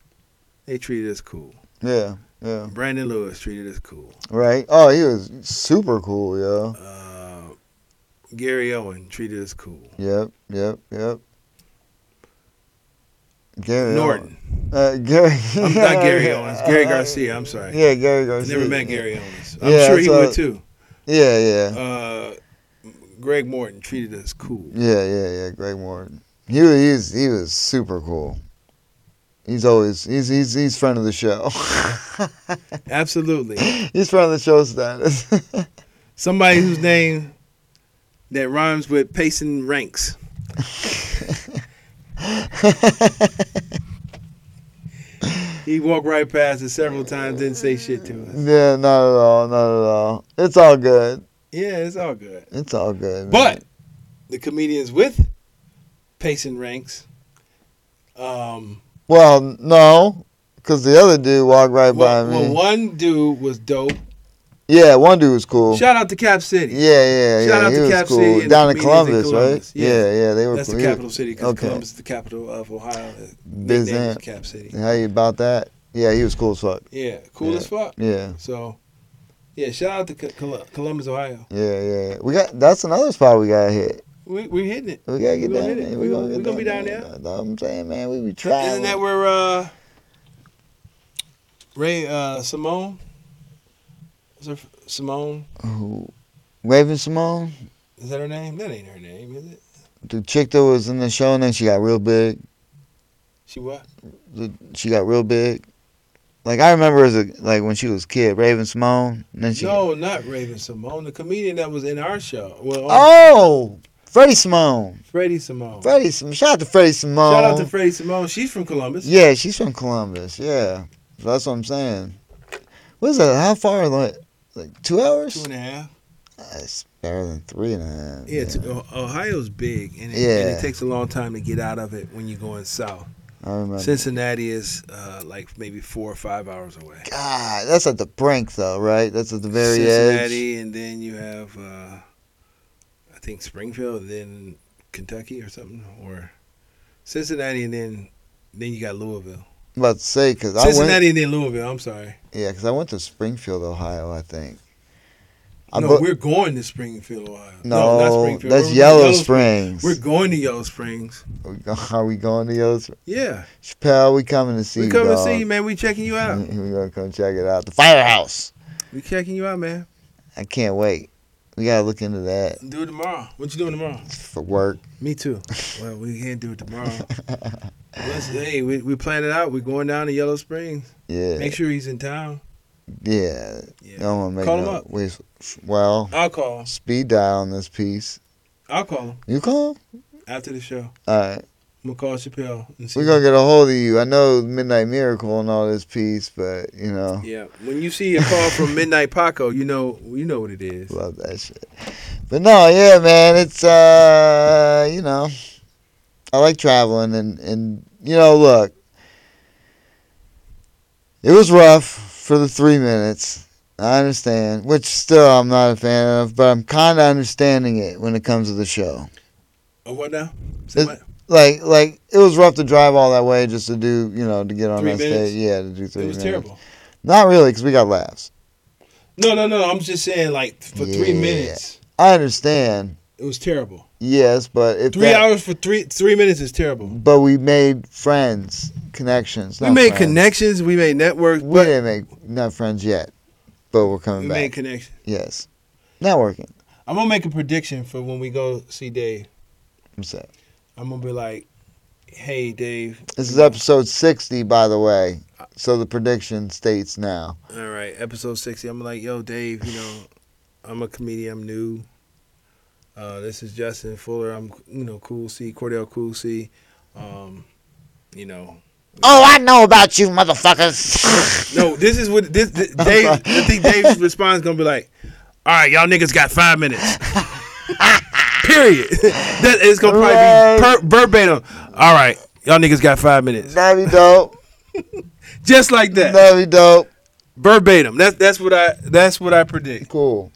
they treated us cool. yeah, yeah. Brandon Lewis treated us cool. Right. Oh, he was super cool, yo. Uh, Gary Owen treated us cool. Yep, yep, yep. Gary Norton, Owen. Uh, Gary. I'm not Gary Owens, Gary Garcia. I'm sorry. Yeah, Gary I Garcia. never met Gary Owens. I'm Yeah, sure he so- would too. Yeah, yeah, Uh, Greg Morton treated us cool. yeah, yeah, yeah. Greg Morton. He was, he was, he was super cool. He's always he's he's he's friend of the show. Absolutely. he's friend of the show status. Somebody whose name that rhymes with pacing ranks. he walked right past us several times, didn't say shit to us. yeah, not at all, not at all. It's all good. Yeah, it's all good. It's all good. man. But the comedians with pacing ranks, um, well, no, because the other dude walked right well, by me. well, one dude was dope. Yeah, one dude was cool. Shout out to Cap City. Yeah, Shout yeah, yeah. out he to was Cap cool. City and Down comedians in in Columbus, Columbus, right? yeah. Yeah, yeah, they were That's cool. the He was- capital city because Okay. Columbus is the capital of Ohio. Biz Nickname is Amp. Cap City. How you about that? Yeah, he was cool as fuck. Yeah, cool Yeah. as fuck. Yeah, So, yeah, shout out to Co- Col- Columbus, Ohio. yeah, yeah. We got that's another spot we gotta hit. We, we're hitting it. We gotta get We gonna hit down it. there. We gonna gonna- get we gonna be down there. That's what I'm saying, man, we be trying. Isn't that where uh, Ray uh, Simone? Is her f- Simone? Who? Raven Simone, Is that her name? That ain't her name, is it? the chick that was in the show, and then she got real big. She what? The- She got real big. Like I remember as a like when she was a kid, Raven Simone. And then she. No, not Raven Simone, the comedian that was in our show. Well, uh, Oh, Freddie Simone. Freddie Simone. Oh. Freddie, Sim- shout out to Freddie Simone. Shout out to Freddie Simone. She's from Columbus. Yeah, she's from Columbus. Yeah, so that's what I'm saying. What is that? How far? Like, like two hours? Two and a half. That's better than three and a half. Yeah, t- O- Ohio's big, and it, and Yeah. it takes a long time to get out of it when you're going south. I remember. Cincinnati is uh, like maybe four or five hours away. God, that's at the brink though, right? That's at the very Cincinnati, edge. and then you have uh, think Springfield and then Kentucky or something or Cincinnati and then then you got Louisville. I'm about to say because I went. Cincinnati and then Louisville. I'm sorry. Yeah, because I went to Springfield, Ohio. I think. I no, bu- we're going to Springfield, Ohio. no, not Springfield. that's We're- Yellow Springs. Springs. We're going to Yellow Springs. Are we go- Are we going to Yellow Springs? Yeah, Chappelle, we coming to see Mm. we you. coming to dog. see you, man. We checking you out. We're gonna come check it out. The firehouse. We checking you out, man. I can't wait. We gotta look into that Do it tomorrow. What you doing tomorrow? for work. Me too. Well, we can't do it tomorrow. Let's, hey, we we plan it out. We're going down to Yellow Springs. Yeah. Make sure he's in town. Yeah. I Yeah, don't wanna make Call no him up. waste- Well, I'll call. him. speed dial on this piece. I'll call him You call? after the show. All right. I'm gonna call Chappelle. And see We're gonna get a hold of you. I know Midnight Miracle and all this piece, but you know, Yeah, when you see a call from Midnight Paco, you know you know what it is. love that shit. But no, yeah, man, it's uh, you know, I like traveling and and you know, look, it was rough for the three minutes. I understand, which still I'm not a fan of, but I'm kind of understanding it when it comes to the show. Oh, what now? Say It- what? like like it was rough to drive all that way just to do you know to get on Three that minutes? stage. Yeah, to do three. It was minutes. terrible. Not really, because we got laughs. No, no, no. I'm just saying, like for three Yeah. minutes, I understand. it was terrible. Yes, but if Three that- hours for three three minutes is terrible. But we made friends, connections. We not made friends. connections. We made networks. We But didn't make not friends yet, but we're coming we back. made connections. yes, networking. I'm gonna make a prediction for when we go see Dave. I'm saying I'm gonna be like, "Hey, Dave. this is episode sixty, by the way. So the prediction states now. All right, episode 60. I'm like, yo, Dave. You know, I'm a comedian. I'm new. Uh, this is Justin Fuller. I'm, you know, Cool C, Cordell Cool C. Um, you know, Oh, I know about you, motherfuckers. no. This is what this, this Dave. I think Dave's response is gonna be like, "All right, y'all niggas got five minutes." Period. that is gonna probably be per, verbatim. All right, y'all niggas got five minutes, That'd be dope. just like that. That'd be dope. verbatim. That's that's what I that's what I predict. Cool.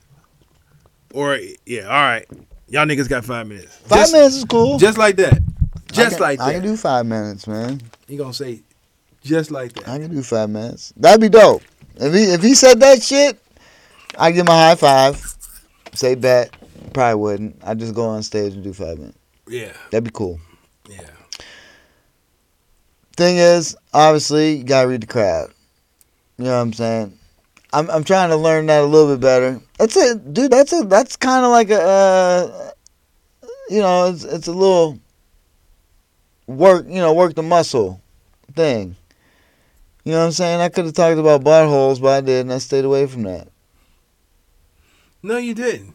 Or yeah, all right, y'all niggas got five minutes. Five just, minutes is cool. just like that, I just can- like I can that. do five minutes, man. You gonna say just like that? I can do five minutes. That'd be dope. If he if he said that shit, I give him a high five. Say bet. Probably wouldn't. I just go on stage and do five minutes. yeah, That'd be cool. yeah. Thing is, obviously, you gotta read the crowd. You know what I'm saying? I'm I'm trying to learn that a little bit better. That's it, dude. That's a that's kind of like a, uh, you know, it's it's a little work, you know, work the muscle thing. You know what I'm saying? I could have talked about buttholes, but I didn't. I stayed away from that. No, you didn't.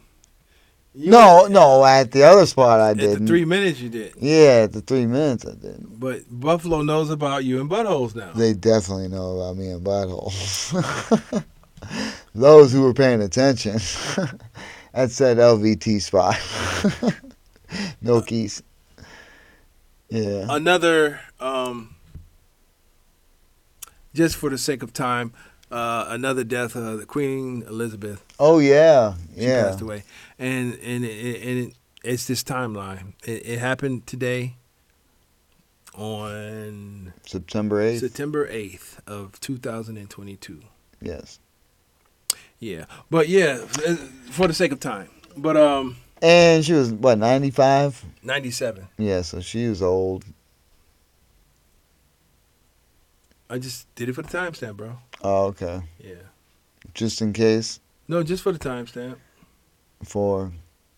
You- No, no, at the other spot I At the didn't. three minutes you did, yeah, at the three minutes I didn't. but Buffalo knows about you and buttholes now. They definitely know about me and buttholes. Those who were paying attention at said LVT spot. Milkies. Uh, Yeah. Another, um, just for the sake of time, uh, another death of the Queen Elizabeth. Oh, yeah. she Yeah. passed away. And and it, and it, it's this timeline. It, it happened today on September 8th. September 8th of 2022. Yes. Yeah. But yeah, f- for the sake of time. But um And she was, what, 95? 97. Yeah, so she was old. I just did it for the timestamp, bro. Oh, okay. Yeah. Just in case. No, just for the timestamp For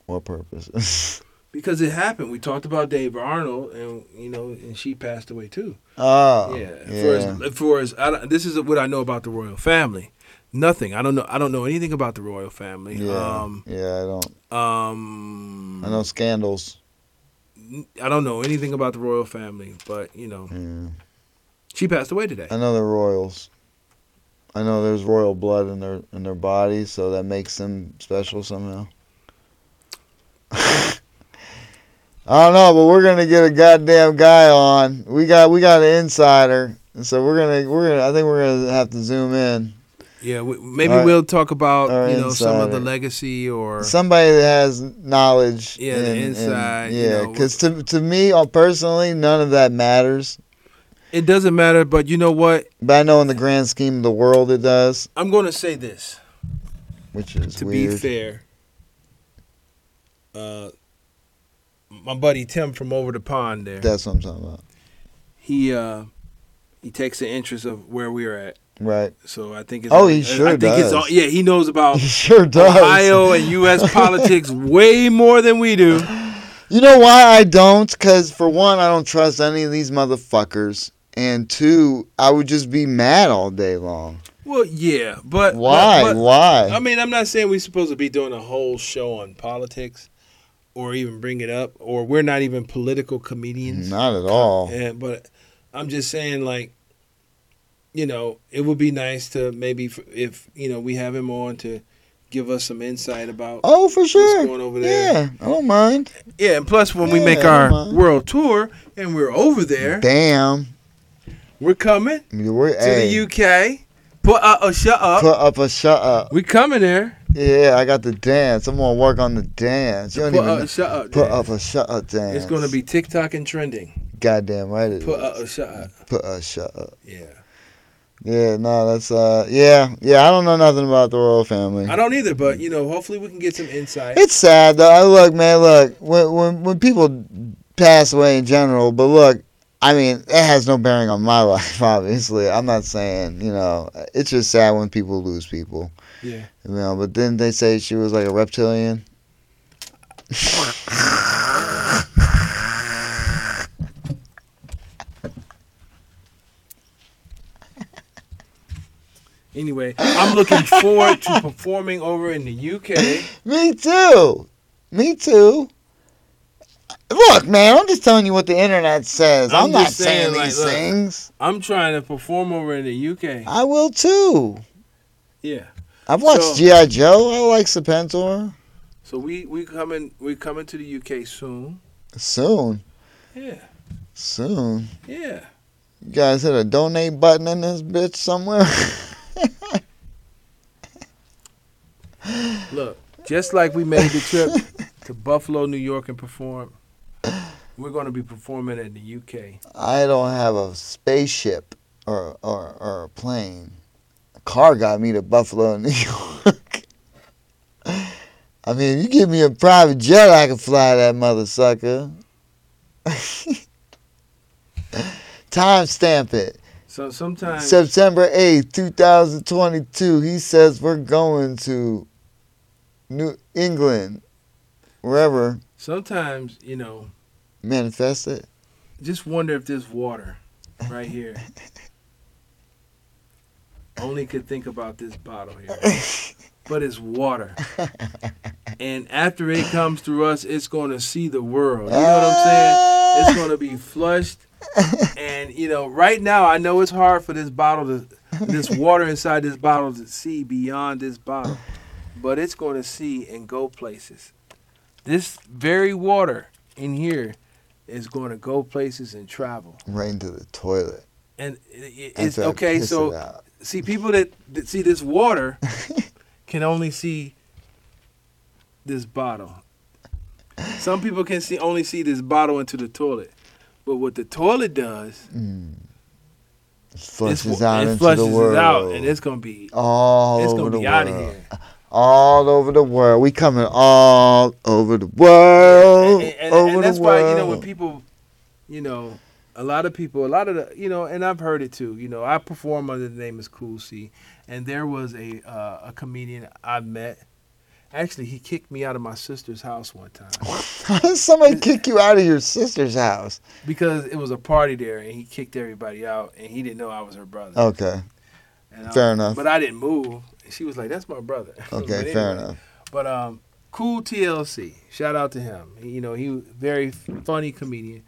what purpose? because it happened. We talked about Dave Arnold and you know and she passed away too. oh. yeah. For Yeah. as, for as I, don't- this is what I know about the royal family. Nothing. I don't know. I don't know anything about the royal family. yeah. Um, yeah, I don't. um, I know scandals. I don't know anything about the royal family, but you know, Yeah. she passed away today. I know they're royals. I know there's royal blood in their in their bodies, so that makes them special somehow. I don't know, but we're gonna get a goddamn guy on. We got we got an insider, and so we're gonna we're gonna I think we're gonna have to zoom in Yeah, we, maybe Our- we'll talk about our you know some of the insider. legacy or somebody that has knowledge. Yeah, the inside, you yeah, know. because to to me uh, personally, none of that matters. it doesn't matter. But you know what? But I know in the grand scheme of the world, it does, I'm going to say this which is to weird. be fair. Uh, my buddy Tim from over the pond there. That's what I'm talking about, he uh, he takes an interest of where we are at. right? So I think it's Oh, he I- sure I think does. it's all, yeah, he knows about He sure does. Ohio and U.S. politics way more than we do. You know why I don't? Because for one, I don't trust any of these motherfuckers, and two, I would just be mad all day long. Well, yeah, but Why? Uh, but- Why? I mean, I'm not saying we're supposed to be doing a whole show on politics, or even bring it up, or we're not even political comedians. Not at all. Yeah, but I'm just saying, like, you know, it would be nice to maybe f- if you know we have him on to give us some insight about Oh, for sure. going over there? Yeah, I don't mind. Yeah, and plus when we Yeah, make our man. world tour and we're over there, Damn, we're coming you were to the UK. Put uh, uh shut up. Put up a shut up. we coming there. Yeah, I got the dance. I'm gonna work on the dance. You Put don't even uh, shut up. put dance. up a shut up dance. It's gonna be TikTok and trending. goddamn right. It Put put, uh, uh shut up. put a shut up. Yeah. Yeah, no, that's uh, yeah, yeah. I don't know nothing about the royal family. I don't either, but you know, hopefully we can get some insight. It's sad though. I- Look, man, look. When, when when people pass away in general, but look, I mean, it has no bearing on my life. Obviously, I'm not saying you know. It's just sad when people lose people. Yeah. You know, but then they say she was like a reptilian. Anyway, I'm looking forward to performing over in the UK. Me too. Me too. Look, man, I'm just telling you what the internet says. I'm, I'm not just saying, saying, like, these look. things. I'm trying to perform over in the UK. I will too. Yeah. I've watched So- G.I. Joe. I like Serpentor. So we we coming we coming to the UK soon. Soon. Yeah. Soon. Yeah. You guys hit a donate button in this bitch somewhere. Look, just like we made the trip to Buffalo, New York, and perform, we're going to be performing in the UK. I don't have a spaceship or, or, or a plane. A car got me to Buffalo, New York. I mean, if you give me a private jet, I can fly that mother sucker. Time stamp it. So sometimes, September 8th, 2022. He says we're going to New England, wherever. sometimes you know, Manifest it. just wonder if this water right here only could think about this bottle here, but it's water. And after it comes through us, it's going to see the world. You know what I'm saying? it's gonna be flushed. And you know, right now I know it's hard for this bottle to this water inside this bottle to see beyond this bottle. But it's gonna see and go places. This very water in here is gonna go places and travel. Right into the toilet. And it, it's after I okay, piss so it out. see people that, that see this water can only see this bottle some people can see only see this bottle into the toilet but what the toilet does Mm. It it's- flushes it out into flushes the world. it out and it's gonna be all it's over gonna the be world. out of here All over the world. We coming all over the world. and, and- over and that's the world. why you know when people you know a lot of people a lot of the you know and i've heard it too you know i perform under the name is cool c and there was a uh, a comedian i met actually he kicked me out of my sister's house one time How does somebody kick you out of your sister's house? because it was a party there and he kicked everybody out and he didn't know i was her brother Okay, And I- fair enough. but i didn't move And she was like that's my brother But okay, fair anyway. enough. But um, cool TLC. Shout out to him. He- you know, he was very funny comedian.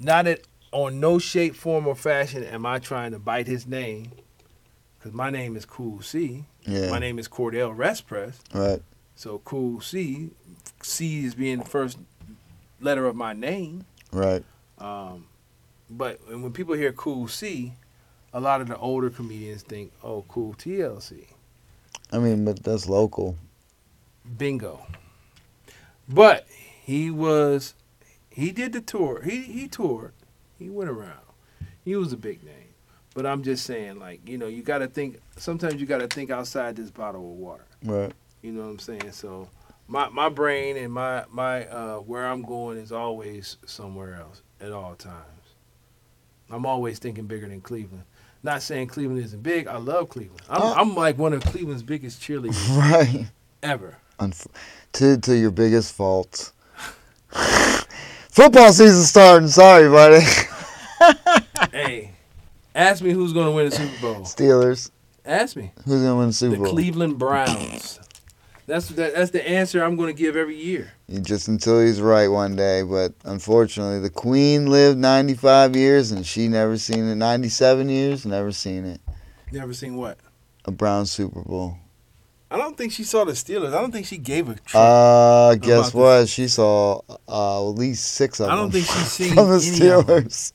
Not at on no shape, form, or fashion am I trying to bite his name, because my name is Cool C. Yeah, My name is Cordell Respress. right. So Cool C, C is being the first letter of my name. Right. Um, but when when people hear Cool C, a lot of the older comedians think, oh, cool, TLC, I mean, but that's local. bingo. But he was, he did the tour. He he toured. He went around. He was a big name. But I'm just saying, like, you know, you got to think. Sometimes you got to think outside this bottle of water. Right. You know what I'm saying? So my my brain and my my uh where I'm going is always somewhere else at all times. I'm always thinking bigger than Cleveland. Not saying Cleveland isn't big. I love Cleveland. I'm, Oh. I'm like one of Cleveland's biggest cheerleaders Right. ever. Unf- to to your biggest fault. Football season starting. Sorry, buddy. hey, ask me who's going to win the Super Bowl. Steelers. Ask me Who's gonna win the Super the Bowl? Cleveland Browns. That's that, that's the answer I'm going to give every year. You- Just until he's right one day, but unfortunately, the Queen lived 95 years and she never seen it. 97 years, never seen it. Never seen what? A Brown Super Bowl. I don't think she saw the Steelers. I don't think she gave a. Trip. Uh, guess about what? She saw uh, at least six of I don't them think she's seen from the any of them. Steelers.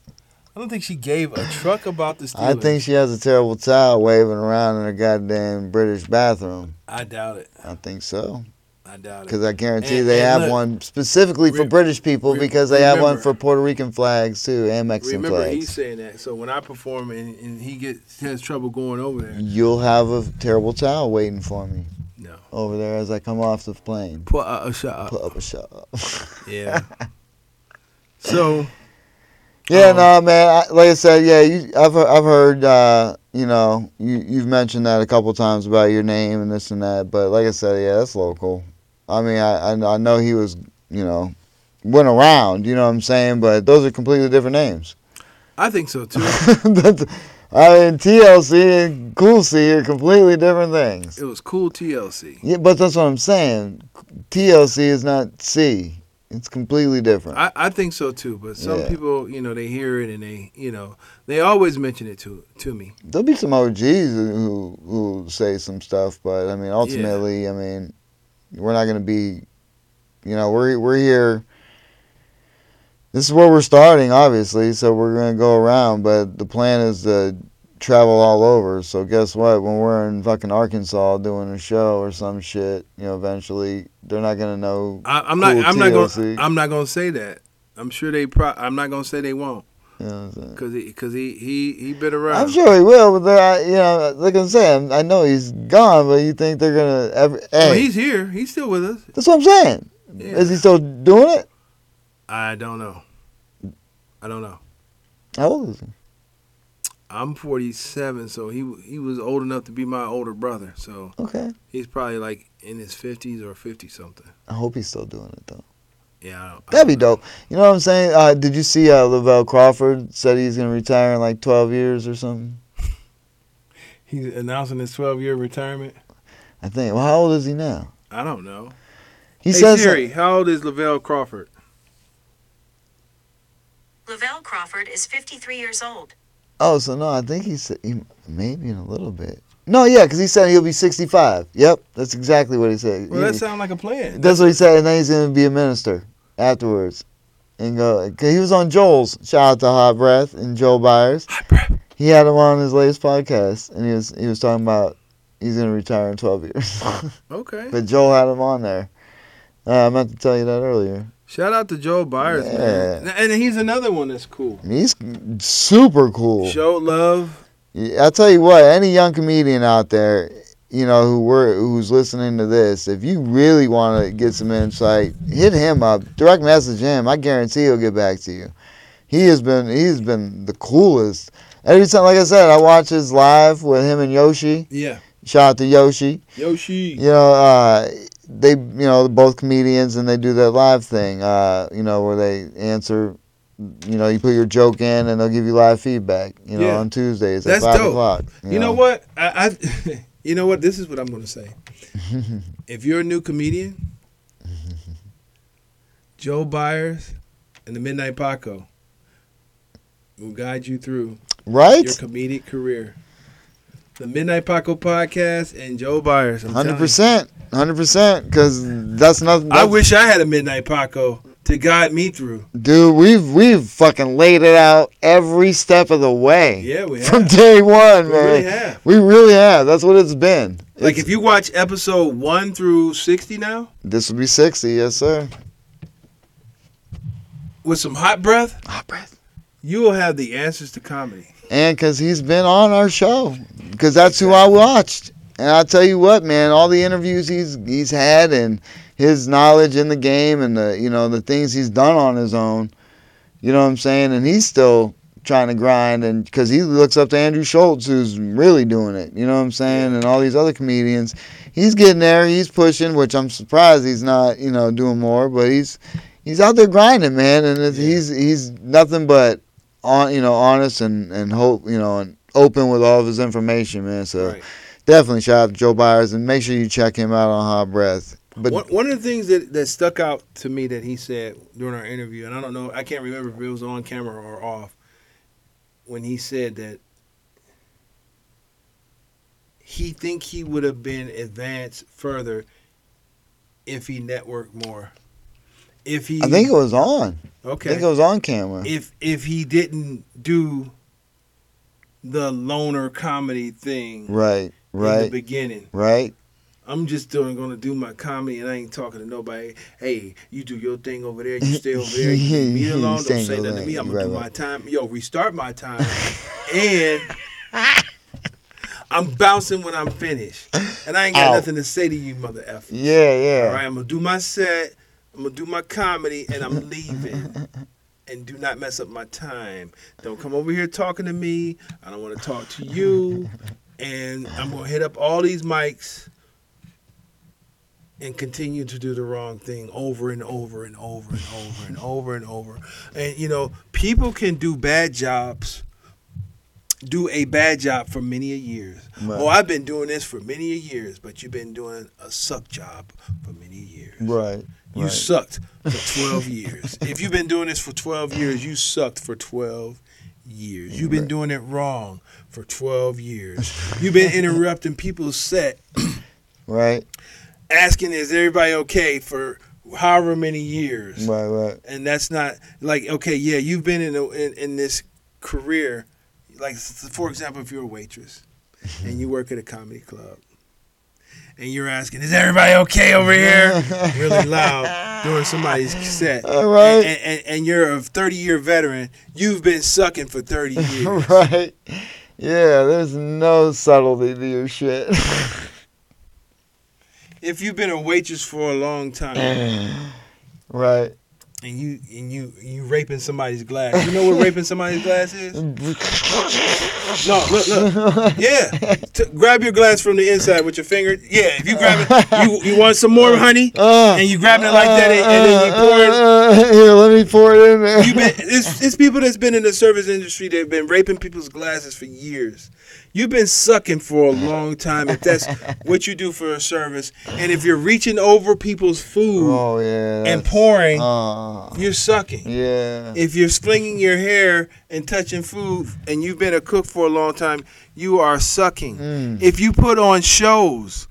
I don't think she gave a truck about the I Steelers. think she has a terrible towel waving around in her goddamn British bathroom. I doubt it. I think so. I doubt it. Because I guarantee And- they and have look, one specifically for re- British people re- because they have one remember- for Puerto Rican flags too and Mexican Remember, he's flags. saying that. So when I perform and, and he gets has trouble going over there, You'll have a terrible towel waiting for me no. over there as I come off the plane. Put uh, a shot. Put up a shot. Yeah. so Yeah, Um, no, man. I, like I said, yeah, you, I've he- I've heard uh, you know you you've mentioned that a couple times about your name and this and that, but like I said, yeah, that's local. I mean, I I, kn- I know he was you know went around, you know what I'm saying, but those are completely different names. I think so too. That's- I mean, TLC and Cool C are completely different things. It was cool TLC. Yeah, but that's what I'm saying. TLC is not C. It's completely different. I, I think so too. But some Yeah. people, you know, they hear it and they, you know, they always mention it to to me. There'll be some OGs who who say some stuff, but I mean, ultimately, I mean, we're not gonna be, you know, we're we're here. This is where we're starting, obviously, so we're gonna go around. But the plan is to travel all over. So guess what? When we're in fucking Arkansas doing a show or some shit, you know, eventually they're not gonna know. I, I'm not. Cool I'm not TLC. going. I'm not going to say that. I'm sure they. Pro- I'm not going to say they won't You know what I'm saying? because because he, he he been around. I'm sure he will, but they're, I- you know, like I'm saying, I know he's gone, but you think they're gonna ever? Well, Oh, Hey, he's here. He's still with us. that's what I'm saying. Yeah. Is he still doing it? I don't know. I don't know. How old is he? I'm 47, so he he was old enough to be my older brother. So Okay. he's probably like in his 50s or 50 something. I hope he's still doing it though. Yeah, I don't, I That'd be don't know. dope. You know what I'm saying? Uh, did you see uh, Lavelle Crawford said he's gonna retire in like 12 years or something? He's announcing his 12 year retirement. I think. Well, how old is he now? I don't know. He hey says Siri, how old is Lavelle Crawford? Lavelle Crawford is 53 years old. Oh, so no, I think he said he, maybe in a little bit. No, yeah, because he said he'll be 65. Yep, that's exactly what he said. Well, that He- sounds like a plan. That's what he said, and then he's gonna be a minister afterwards. And go, cause he was on Joel's. Shout out to Hot Breath and Joel Byers. He had him on his latest podcast, and he was he was talking about he's gonna retire in twelve years. Okay. but Joel had him on there. Uh, I meant to tell you that earlier. Shout out to Joe Byers, man. And he's another one that's cool. And he's super cool. Show love. Yeah, I tell you what, any young comedian out there, you know, who were who's listening to this, if you really want to get some insight, hit him up, direct message him. I guarantee he'll get back to you. He has been he's been the coolest. Every time, like I said, I watch his live with him and Yoshi. Yeah. Shout out to Yoshi. Yoshi. You know, uh, they you know both comedians and they do that live thing. Uh, you know where they answer. You know, you put your joke in and they'll give you live feedback. You know, Yeah. on Tuesdays at That's five dope. o'clock. You know what? I, I you know what? This is what I'm going to say. if you're a new comedian, Joe Byers and the Midnight Paco will guide you through Right? your comedic career. The Midnight Paco podcast and Joe Byers. I'm telling you. Hundred percent, hundred percent. Because that's nothing. I that's- wish I had a Midnight Paco to guide me through. Dude, we've we've fucking laid it out every step of the way. Yeah, we From have. day one, We man. really have. We really have. That's what it's been. Like It's- if you watch episode one through sixty now this would be sixty, yes sir. with some hot breath, Hot breath. you will have the answers to comedy. And because he's been on our show, because that's who I watched. And I tell you what, man, all the interviews he's he's had and his knowledge in the game and the you know the things he's done on his own, you know what I'm saying? And he's still trying to grind and because he looks up to Andrew Schultz, who's really doing it, you know what I'm saying? And all these other comedians, he's getting there, he's pushing, which I'm surprised he's not you know doing more, but he's he's out there grinding, man, and it's, he's he's nothing but on you know honest and and hope you know and open with all of his information man so Right. definitely shout out to joe byers and make sure you check him out on hot breath but one, one of the things that, that stuck out to me that he said during our interview, and I don't know, I can't remember if it was on camera or off, when he said that he think he would have been advanced further if he networked more. If he, i think it was on i okay, think it was on camera if if he didn't do the loner comedy thing right in the right beginning. right I'm just doing gonna do my comedy and I ain't talking to nobody. Hey, you do your thing over there, you stay over there, you leave me You alone, stay don't say over nothing to there, me, I'm you gonna right, do right. my time. Yo, restart my time and I'm bouncing when I'm finished. And I ain't got Out. nothing to say to you, mother effer. yeah yeah All right, I'm gonna do my set, I'm gonna do my comedy, and I'm leaving. and do not mess up my time. Don't come over here talking to me. I don't want to talk to you. And I'm gonna hit up all these mics and continue to do the wrong thing over and over and over and over and over and over. And you know, people can do bad jobs. Do a bad job for many a years. Right. Oh, I've been doing this for many a years, but you've been doing a suck job for many years. right You right. sucked for 12 years. If you've been doing this for 12 years, you sucked for 12 years. You've been doing it wrong for 12 years. You've been interrupting people's set, right asking, is everybody okay for however many years? right right and that's not like okay yeah you've been in a, in, in this career like s- for example if you're a waitress and you work at a comedy club and you're asking is everybody okay over here really loud during somebody's set All right. and, and, and you're a 30 year veteran you've been sucking for 30 years right yeah there's no subtlety to your shit if you've been a waitress for a long Mm. time right and you and you you raping somebody's glass you know what raping somebody's glass is No, look, look. Yeah. T- grab your glass from the inside with your finger. Yeah, if you grab it, you, you want some more honey, uh, and you grabbing it like that, and, and then you pour it. uh, uh, here let me pour it in there You been, it's, it's people that's been in the service industry that have been raping people's glasses for years. You've been sucking for a long time if that's what you do for a service. And if you're reaching over people's food oh yeah and that's- pouring, uh, you're sucking. yeah If you're slinging your hair and touching food and you've been a cook for a long time, you are sucking. Mm. If you put on shows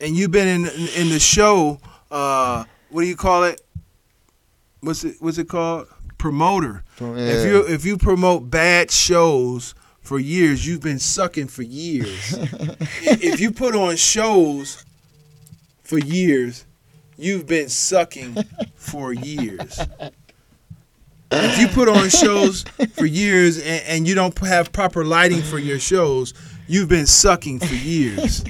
and you've been in in, in the show, uh, what do you call it? What's it what's it called? Promoter. If you if you promote bad shows for years, you've been sucking for years. if if you put on shows for years, you've been sucking for years. If you put on shows for years and, and you don't have proper lighting for your shows, you've been sucking for years.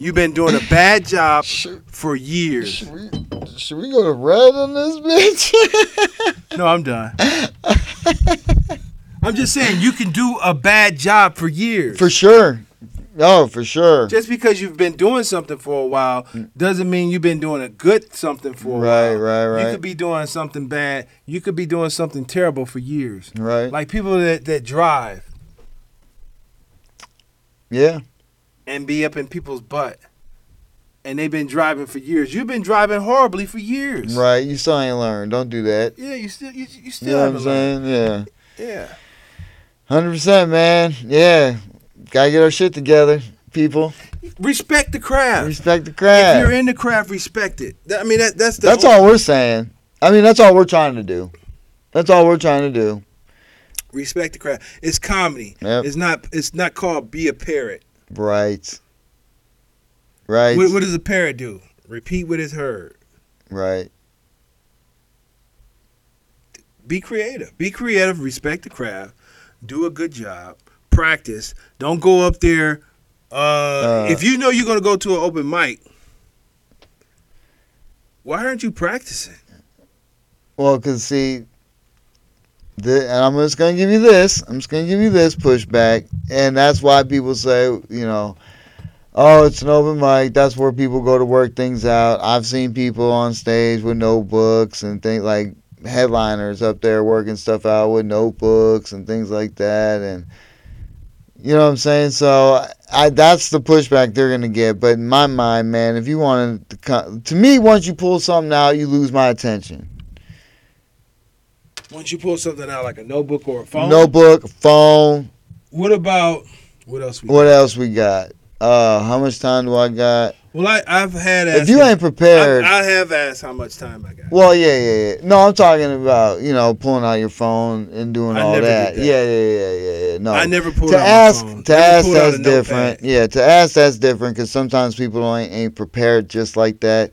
You've been doing a bad job for years. Should we, should we go to red on this bitch? No, I'm done. I'm just saying you can do a bad job for years. for sure. No, for sure. just because you've been doing something for a while doesn't mean you've been doing a good something for a Right, while. right, You right. could be doing something bad. You could be doing something terrible for years. right. Like people that, that drive yeah. and be up in people's butt. And they've been driving for years. You've been driving horribly for years. Right. You still ain't learned. Don't do that. Yeah, you still you, you still You know what I'm haven't learned. saying? Yeah. Yeah. Hundred percent, man. Yeah. Gotta get our shit together, people. Respect the craft. Respect the If craft. you're in the craft, respect it. That- I mean, that, that's the That's only- all we're saying. I mean, that's all we're trying to do. That's all we're trying to do. Respect the crowd. It's comedy. Yep. It's not. It's not called be a parrot. Right. Right. What, what does a parrot do? Repeat what is heard. Right. Be creative. Be creative. Respect the crowd. Do a good job. Practice. Don't go up there. Uh, if you know you're gonna go to an open mic, why aren't you practicing? Well, because see, the, and I'm just going to give you this. I'm just going to give you this pushback. And that's why people say, you know, oh, it's an open mic. That's where people go to work things out. I've seen people on stage with notebooks and things like headliners up there working stuff out with notebooks and things like that. And, you know what I'm saying? So I, that's the pushback they're going to get. But in my mind, man, if you want to, co- to me, once you pull something out, you lose my attention. Once you pull something out like a notebook or a phone. Notebook, phone. What about what else? We What else we got? Uh, how much time do I got? Well, I, I've had asked. If you ain't prepared, I, I have asked how much time I got. well, yeah, yeah, yeah. No, I'm talking about you know pulling out your phone and doing I all never that. did that. Yeah, yeah, yeah, yeah, yeah. No, I never pulled Oh. to out my ask phone. to Never ask pulled out that's a different. notepad. Yeah, to ask that's different because sometimes people ain't ain't prepared just like that.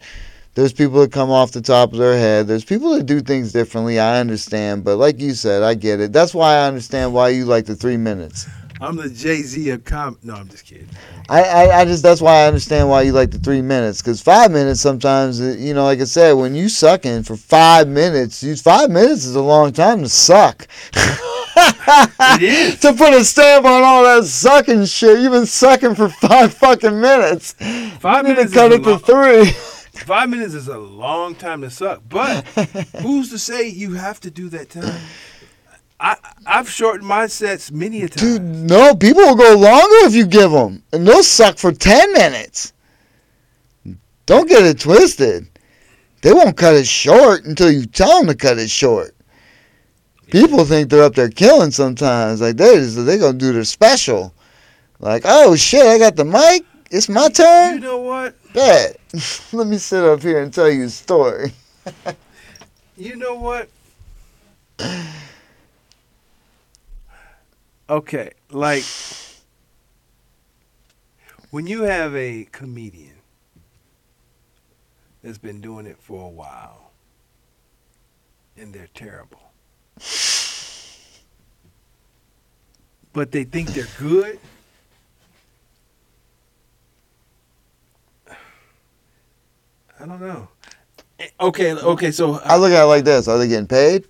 There's people that come off the top of their head. There's people that do things differently. I understand, but like you said, I get it. That's why I understand why you like the three minutes. I'm the Jay Z of com. No, I'm just kidding. I, I, I just that's why I understand why you like the three minutes because five minutes sometimes uh, you know like I said when you sucking for five minutes you five minutes is a long time to suck It is. to put a stamp on all that sucking shit you've been sucking for five fucking minutes Five you need to minutes. cut is it a to lo- three five minutes is a long time to suck. But who's to say you have to do that time? I I've shortened my sets many a dude time. no people will go longer if you give them and they'll suck for ten minutes don't get it twisted they won't cut it short until you tell them to cut it short. people think they're up there killing sometimes. Like they just, they gonna do their special. Like oh shit, I got the mic. It's my You turn. know what? Bet. Let me sit up here and tell you a story. You know what? Okay, like when you have a comedian that's been doing it for a while and they're terrible. But they think they're good. I don't know. Eh, Okay, okay, so uh, I look at it like this: Are they getting paid?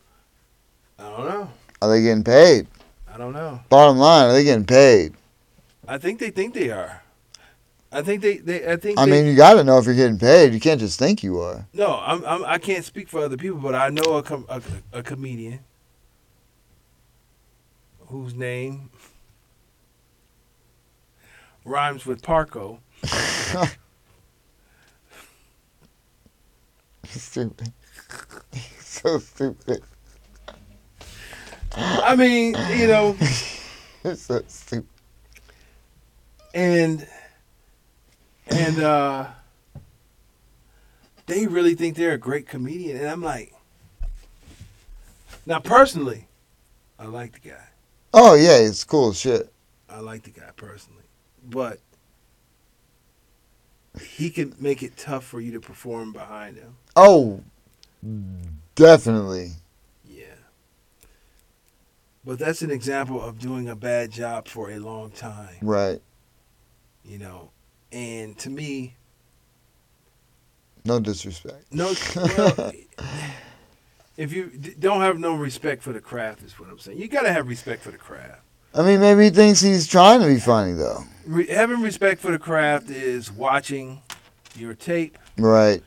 I don't know. Are they getting paid? I don't know. Bottom line, are they getting paid? I think they think they are. I think they, they I think I they, mean, you gotta know if you're getting paid. You can't just think you are. no, I'm, I'm I can't speak for other people, but I know a com- a, a comedian whose name rhymes with Parco. Stupid. so stupid. I mean, you know, so stupid. and and uh they really think they're a great comedian and I'm like Now personally, I like the guy. Oh yeah, it's cool as shit. I like the guy personally, but he can make it tough for you to perform behind him. Oh, definitely. Yeah. But that's an example of doing a bad job for a long time, Right. you know. And to me, No disrespect. no. Well, if you d- don't have no respect for the craft, is what I'm saying. You gotta have respect for the craft. I mean, maybe he thinks he's trying to be funny, though. Re- having respect for the craft is watching your tape, Right.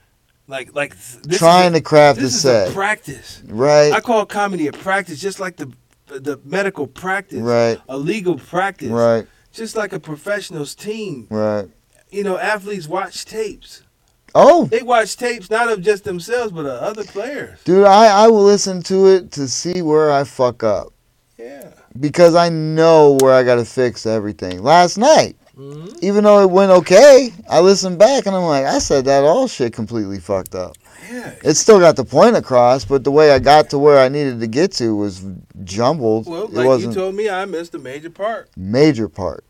like like th- this is trying a- to craft a This is set. a practice. right. I call comedy a practice, just like the the medical practice, Right. a legal practice, Right. just like a professional's team. Right. You know, athletes watch tapes. Oh, They watch tapes not of just themselves, but of other players. dude, I, I will listen to it to see where I fuck up Yeah. because I know where I got to fix everything. Last night, Mm-hmm. even though it went okay, I listened back and I'm like, I said that all shit completely fucked up. yeah. It still got the point across, but the way I got to where I needed to get to was jumbled. Well, it like you wasn't told me, I missed a major part. major part.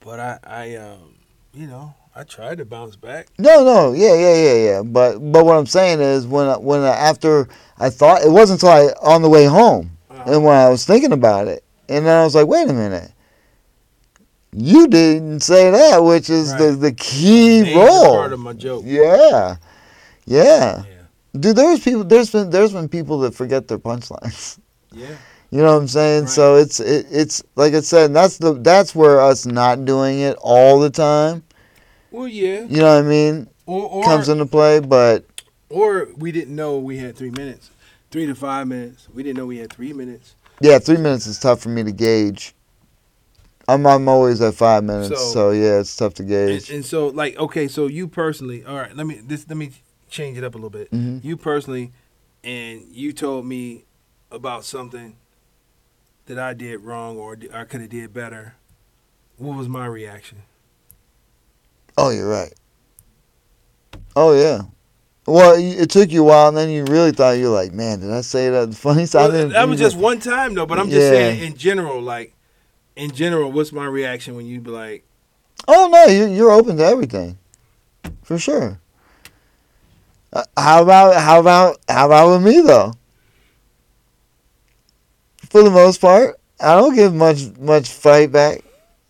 But I, I, um, you know, I tried to bounce back. No, no, yeah, yeah, yeah, yeah. But but what I'm saying is when I, when I, after I thought it wasn't until I on the way home Uh-huh. and when I was thinking about it, and then I was like, wait a minute, you didn't say that, which is the Right. the key Major role. part of my joke. Yeah. Yeah. Yeah. Dude, there's people there's been there's been people that forget their punchlines. Yeah. You know what I'm saying? Right. So it's it, it's like I said, and that's the that's where us not doing it all the time, Well, yeah. you know what I mean, Or, or, comes into play, but or we didn't know we had three minutes, three to five minutes. We didn't know we had three minutes. yeah, 3 minutes is tough for me to gauge. I'm I'm always at 5 minutes, so, So- yeah, it's tough to And, gauge. and so, like, okay, so you personally, all right. Let me this. Let me change it up a little bit. Mhm. You personally, and you told me about something that I did wrong or d- I could have did better. What was my reaction? oh, you're right. Oh yeah. Well, y- it took you a while, and then you really thought you were like, man, did I say that funny? Well, I didn't. that was just one time though, but I'm just Yeah. saying in general, like in general, what's my reaction when you be like, Oh no, you're you're open to everything, for sure. Uh, how about how about how about with me though? For the most part, I don't give much much fight back,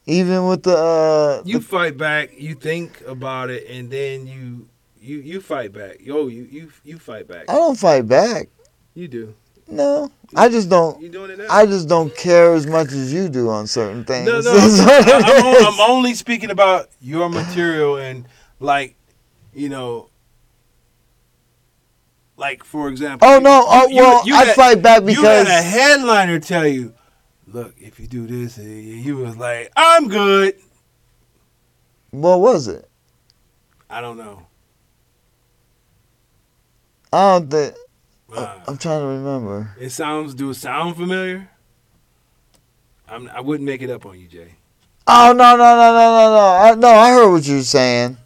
even with the. Uh, you the- fight back, you think about it, and then you you you fight back. Yo, you you you fight back. I don't fight back. You do. No, I just don't. You doing it now? I just don't care as much as you do on certain things. no, no. That's what I- it I'm, on- is. I'm only speaking about your material and like, you know, like for example. oh you- no! Oh you- you- well, you I had- fight back you had a because headliner tell you, look, if you do this, and you was like, I'm good. what was it? I don't know. I don't think. Uh, I'm trying to remember. it sounds. Do it sound familiar? I'm, I wouldn't make it up on you, Jay. Oh no no no no no no! I, no, I heard what you were saying,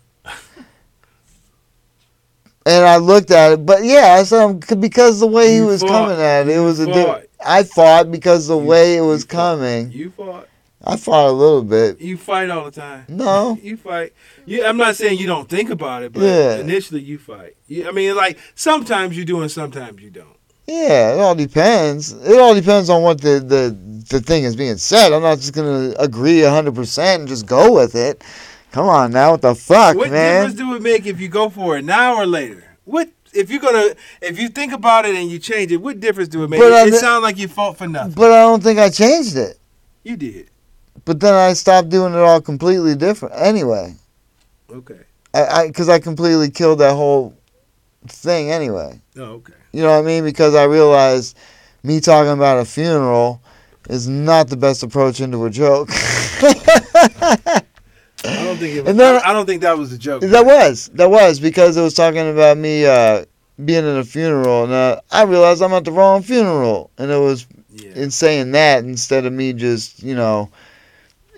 and I looked at it. But yeah, so because the way he You was fought. coming at it, it You was a. fought. Di- I fought because the You- way it was you fought. coming. You fought. I fought a little bit. You fight all the time. No, You fight. You, I'm not saying you don't think about it, but Yeah. initially you fight. You, I mean, like sometimes you do and sometimes you don't. yeah, it all depends. It all depends on what the the the thing is being said. I'm not just gonna agree hundred percent and just go with it. Come on now, what the fuck, what man? difference do it make if you go for it now or later? What if you're gonna if you think about it and you change it? What difference do it make? But uh, I it ne- sounds like you fought for nothing. But I don't think I changed it. You did. But then I stopped doing it all completely different. Anyway. Okay. I because I, completely killed that whole thing anyway. Oh, okay. You know what I mean? Because I realized me talking about a funeral is not the best approach into a joke. I don't think it was, And then- I, I don't think that was a joke. that was that was because it was talking about me uh, being at a funeral, and uh, I realized I'm at the wrong funeral, and it was yeah. in saying that instead of me just you know.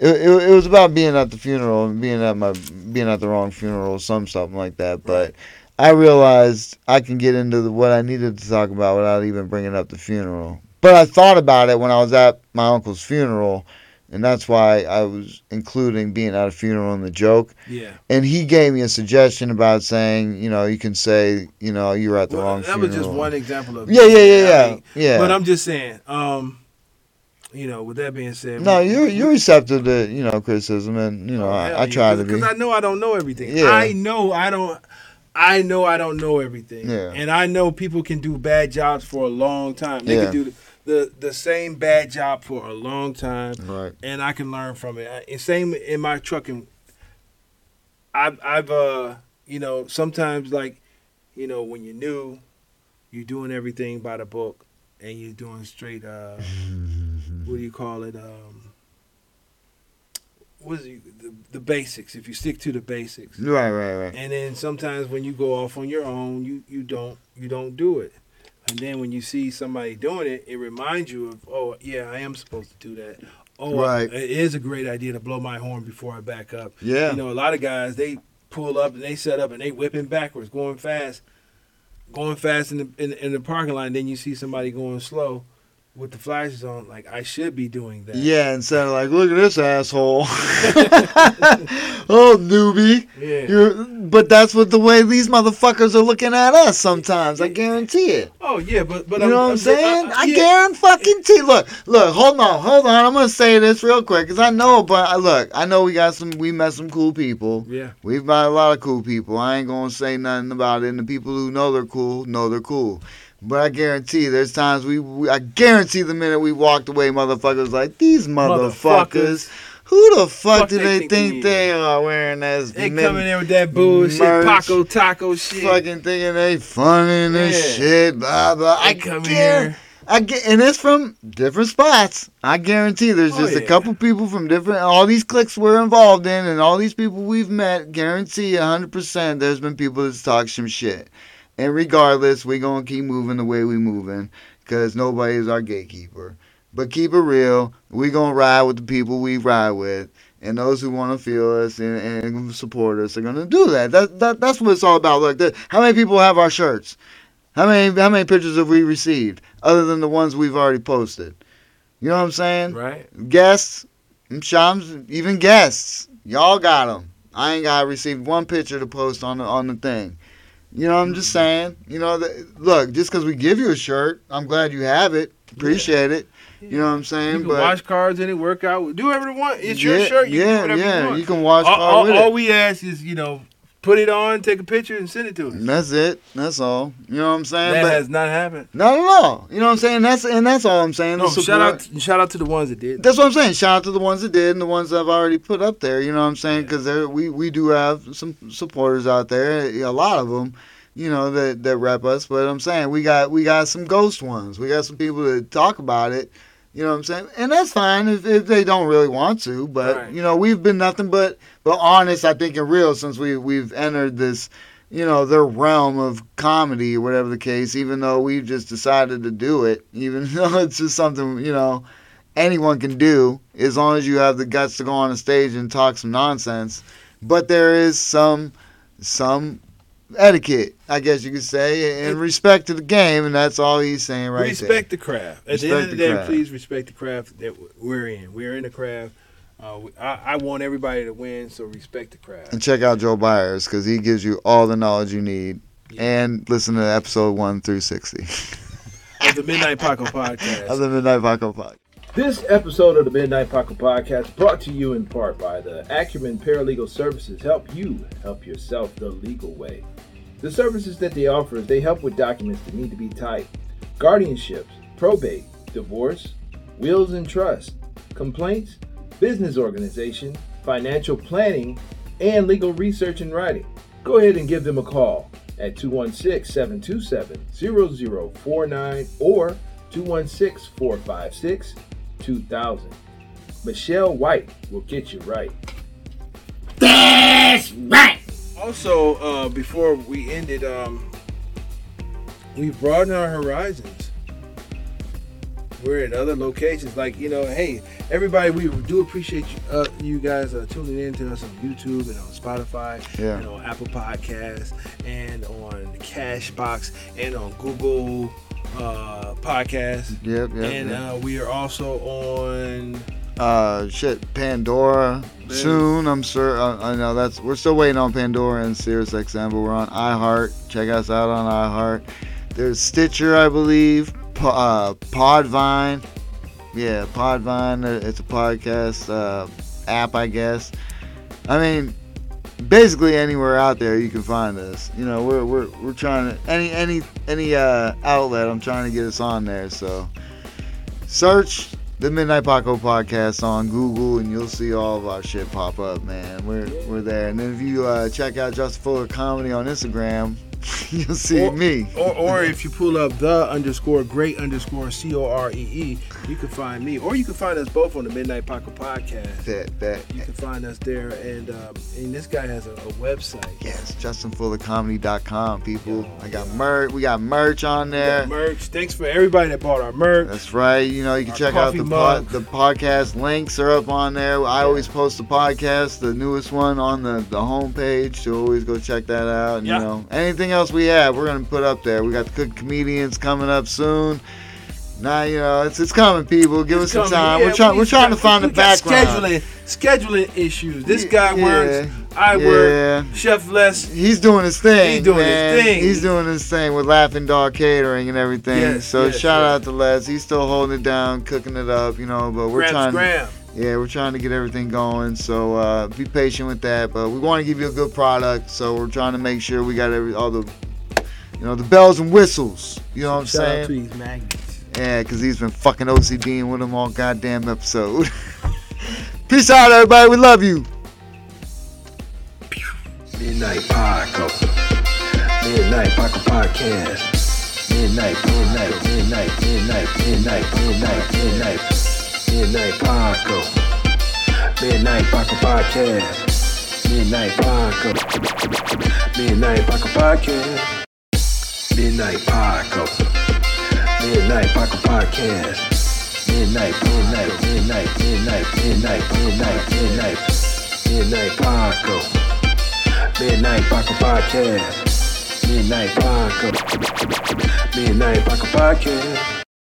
It, it, it was about being at the funeral and being at my being at the wrong funeral or some something like that. But Right. I realized I can get into the, what I needed to talk about without even bringing up the funeral. But I thought about it when I was at my uncle's funeral, and that's why I was including being at a funeral in the joke. Yeah. And he gave me a suggestion about saying, you know, you can say, you know, you were at the Well, wrong that funeral. was just one example of Yeah, yeah, yeah, yeah, I mean, yeah. But I'm just saying. Um, you know, with that being said, No, we- you're we- you're receptive to you know criticism, and you Oh, Oh, know Oh, I, I try to be. because I know I don't know everything. Yeah. I know I don't. I know I don't know everything. Yeah. And I know people can do bad jobs for a long time. They Yeah. can do the, the the same bad job for a long time, Right. and I can learn from it. I- And same in my trucking. I've I've uh you know sometimes like you know when you're new, you're doing everything by the book, and you're doing straight uh what do you call it um what is it, the, the basics if you stick to the basics Right, right, right. and then sometimes when you go off on your own you you don't you don't do it and then when you see somebody doing it it reminds you of oh yeah i am supposed to do that oh Right. it is a great idea to blow my horn before i back up Yeah. you know a lot of guys they pull up and they set up and they whipping backwards going fast going fast in the in, in the parking lot, and then you see somebody going slow with the flashes on. Like I should be doing that. Yeah, instead of like, look at this asshole. oh, newbie. Yeah. You're, but that's what the way these motherfuckers are looking at us sometimes. I guarantee it. oh yeah, but but You know what I'm saying? I, guarantee fucking t. Look, look, hold on, hold on. I'm gonna say this real quick because I know, but I, look, I know we got some, we met some cool people. Yeah. We've met a lot of cool people. I ain't gonna say nothing about it. And the people who know they're cool know they're cool. But I guarantee there's times we, we I guarantee the minute we walked away, motherfuckers like these motherfuckers. Motherfuckers. Who the fuck, Fuck do they they think think, they they are wearing that? They men- coming in with that bullshit, merch, Paco Taco shit. Fucking thinking they funny and Yeah. this shit, blah blah. They I come guar- here. I get, and it's from different spots. I guarantee there's Oh, just a yeah. couple people from different. All these cliques we're involved in, and all these people we've met, guarantee hundred percent. There's been people that's talked some shit, and regardless, we gonna keep moving the way we moving, cause nobody's our gatekeeper. But keep it real. We gonna ride with the people we ride with, and those who want to feel us and, and support us are gonna do that. That, that that's what it's all about. Look, that, how many people have our shirts? How many how many pictures have we received other than the ones we've already posted? You know what I'm saying? Right. Guests, mm, Shams, even guests, y'all got them. I ain't got to receive one picture to post on the on the thing. You know what I'm just Mm-hmm. saying? You know, the, look, just because we give you a shirt, I'm glad you have it. Appreciate it. You know what I'm saying? You can wash cars in it, work out, do whatever you want. It's your yeah, shirt. You yeah, can do whatever yeah. you want. can wash all, car all- with all it. we ask is, you know, put it on, take a picture, and send it to us. That's it. That's all. You know what I'm saying? that but has not happened. not at all. You know what I'm saying? That's and that's all I'm saying. The No, shout support- out, shout out to the ones that did. That's what I'm saying. Shout out to the ones that did and the ones that I've already put up there. You know what I'm saying? Because we we do have some supporters out there. A lot of them, you know, that that rep us. But I'm saying we got we got some ghost ones. We got some people that talk about it. You know what I'm saying? And that's fine if, if they don't really want to. But Right. you know, we've been nothing but but honest. I think and real since we we've entered this. You know their realm of comedy, or whatever the case. Even though we've just decided to do it, even though it's just something you know anyone can do as long as you have the guts to go on a stage and talk some nonsense. But there is some some etiquette, I guess you could say, in respect to the game, and that's all he's saying right respect the craft. At the end of Respect the, the day, craft. please respect the craft that w- we're in. We're in the craft. Uh, we, I, I want everybody to win, so respect the there. And craft. check out Joe Byers because he gives you all the knowledge you need. And listen to episode one through sixty Of the Midnight Paco podcast. of the Midnight Vodka Podcast. This episode of the Midnight Pocket Podcast brought to you in part by the Acumen Paralegal Services help you help yourself the legal way. The services that they offer is they help with documents that need to be typed, guardianships, probate, divorce, wills and trust, complaints, business organization, financial planning, and legal research and writing. Go ahead and give them a call at 216-727-0049 or 216-456-2000. Michelle White will get you right. Also, uh, before we ended, um, we broadened our horizons. We're at other locations, like you know. Hey, everybody, we do appreciate you, uh, you guys uh, tuning in to us on YouTube and on Spotify Yeah. and on Apple Podcasts and on Cashbox and on Google uh, Podcasts. Yep, yep. and yep. Uh, we are also on uh, shit, Pandora soon. I'm sure. Uh, I know that's we're still waiting on Pandora and Sirius XM, but we're on iHeart. Check us out on iHeart. There's Stitcher, I believe. Po- uh, Podvine. Yeah, Podvine. uh, It's a podcast uh, app, I guess. I mean, basically anywhere out there you can find us. You know, we're we're, we're trying to any any any uh, outlet. I'm trying to get us on there. So search the Midnight Paco podcast on Google, and you'll see all of our shit pop up, man. We're we're there. And then if you uh, check out Justin Fuller Comedy on Instagram, you'll see Or- me. or, or if you pull up the underscore great underscore C O R E E, you can find me. Or you can find us both on the Midnight Pocket Podcast. That that You can find us there. And um, and this guy has a, a website. yes, JustinFullerComedy.com. People, I got merch. We got merch on there. Merch. Thanks for everybody that bought our merch. That's right. You know, you can Our check out coffee the pod, mug. the podcast links are up on there. I always post the podcast, the newest one on the the homepage. So always go check that out. And, Yeah. You know, anything else we have, we're gonna put up there. We got the good comedians coming up soon. Now you know it's it's coming, people. Give us some Come time. here, we're trying we we're got- trying to find we the got background. Scheduling, scheduling issues. This Yeah, guy works. I work. yeah. Chef Les. He's doing his thing. He's doing his man. thing. He's doing his thing with Laughing Dog Catering and everything. Yes, so yes, shout yes. out to Les. He's still holding it down, cooking it up, you know. But we're Grabs trying. Graham. Yeah, we're trying to get everything going, so uh, be patient with that. But we want to give you a good product, so we're trying to make sure we got every all the, you know, the bells and whistles. You know what I'm Shout out saying? to these magnets. Yeah, because he's been fucking OCDing with him all goddamn episode. Peace out, everybody. We love you. Midnight Podcast. Midnight Podcast Podcast. Midnight, midnight, midnight, midnight, midnight, midnight, midnight. Midnight Podcast. Midnight Podcast Podcast. Midnight Podcast. Midnight Podcast Podcast. Midnight Podcast. Midnight Podcast Podcast. Midnight, midnight, midnight, midnight, midnight, midnight, midnight. Midnight Podcast. Midnight Baka Podcast. Midnight Baka. Midnight Baka Podcast.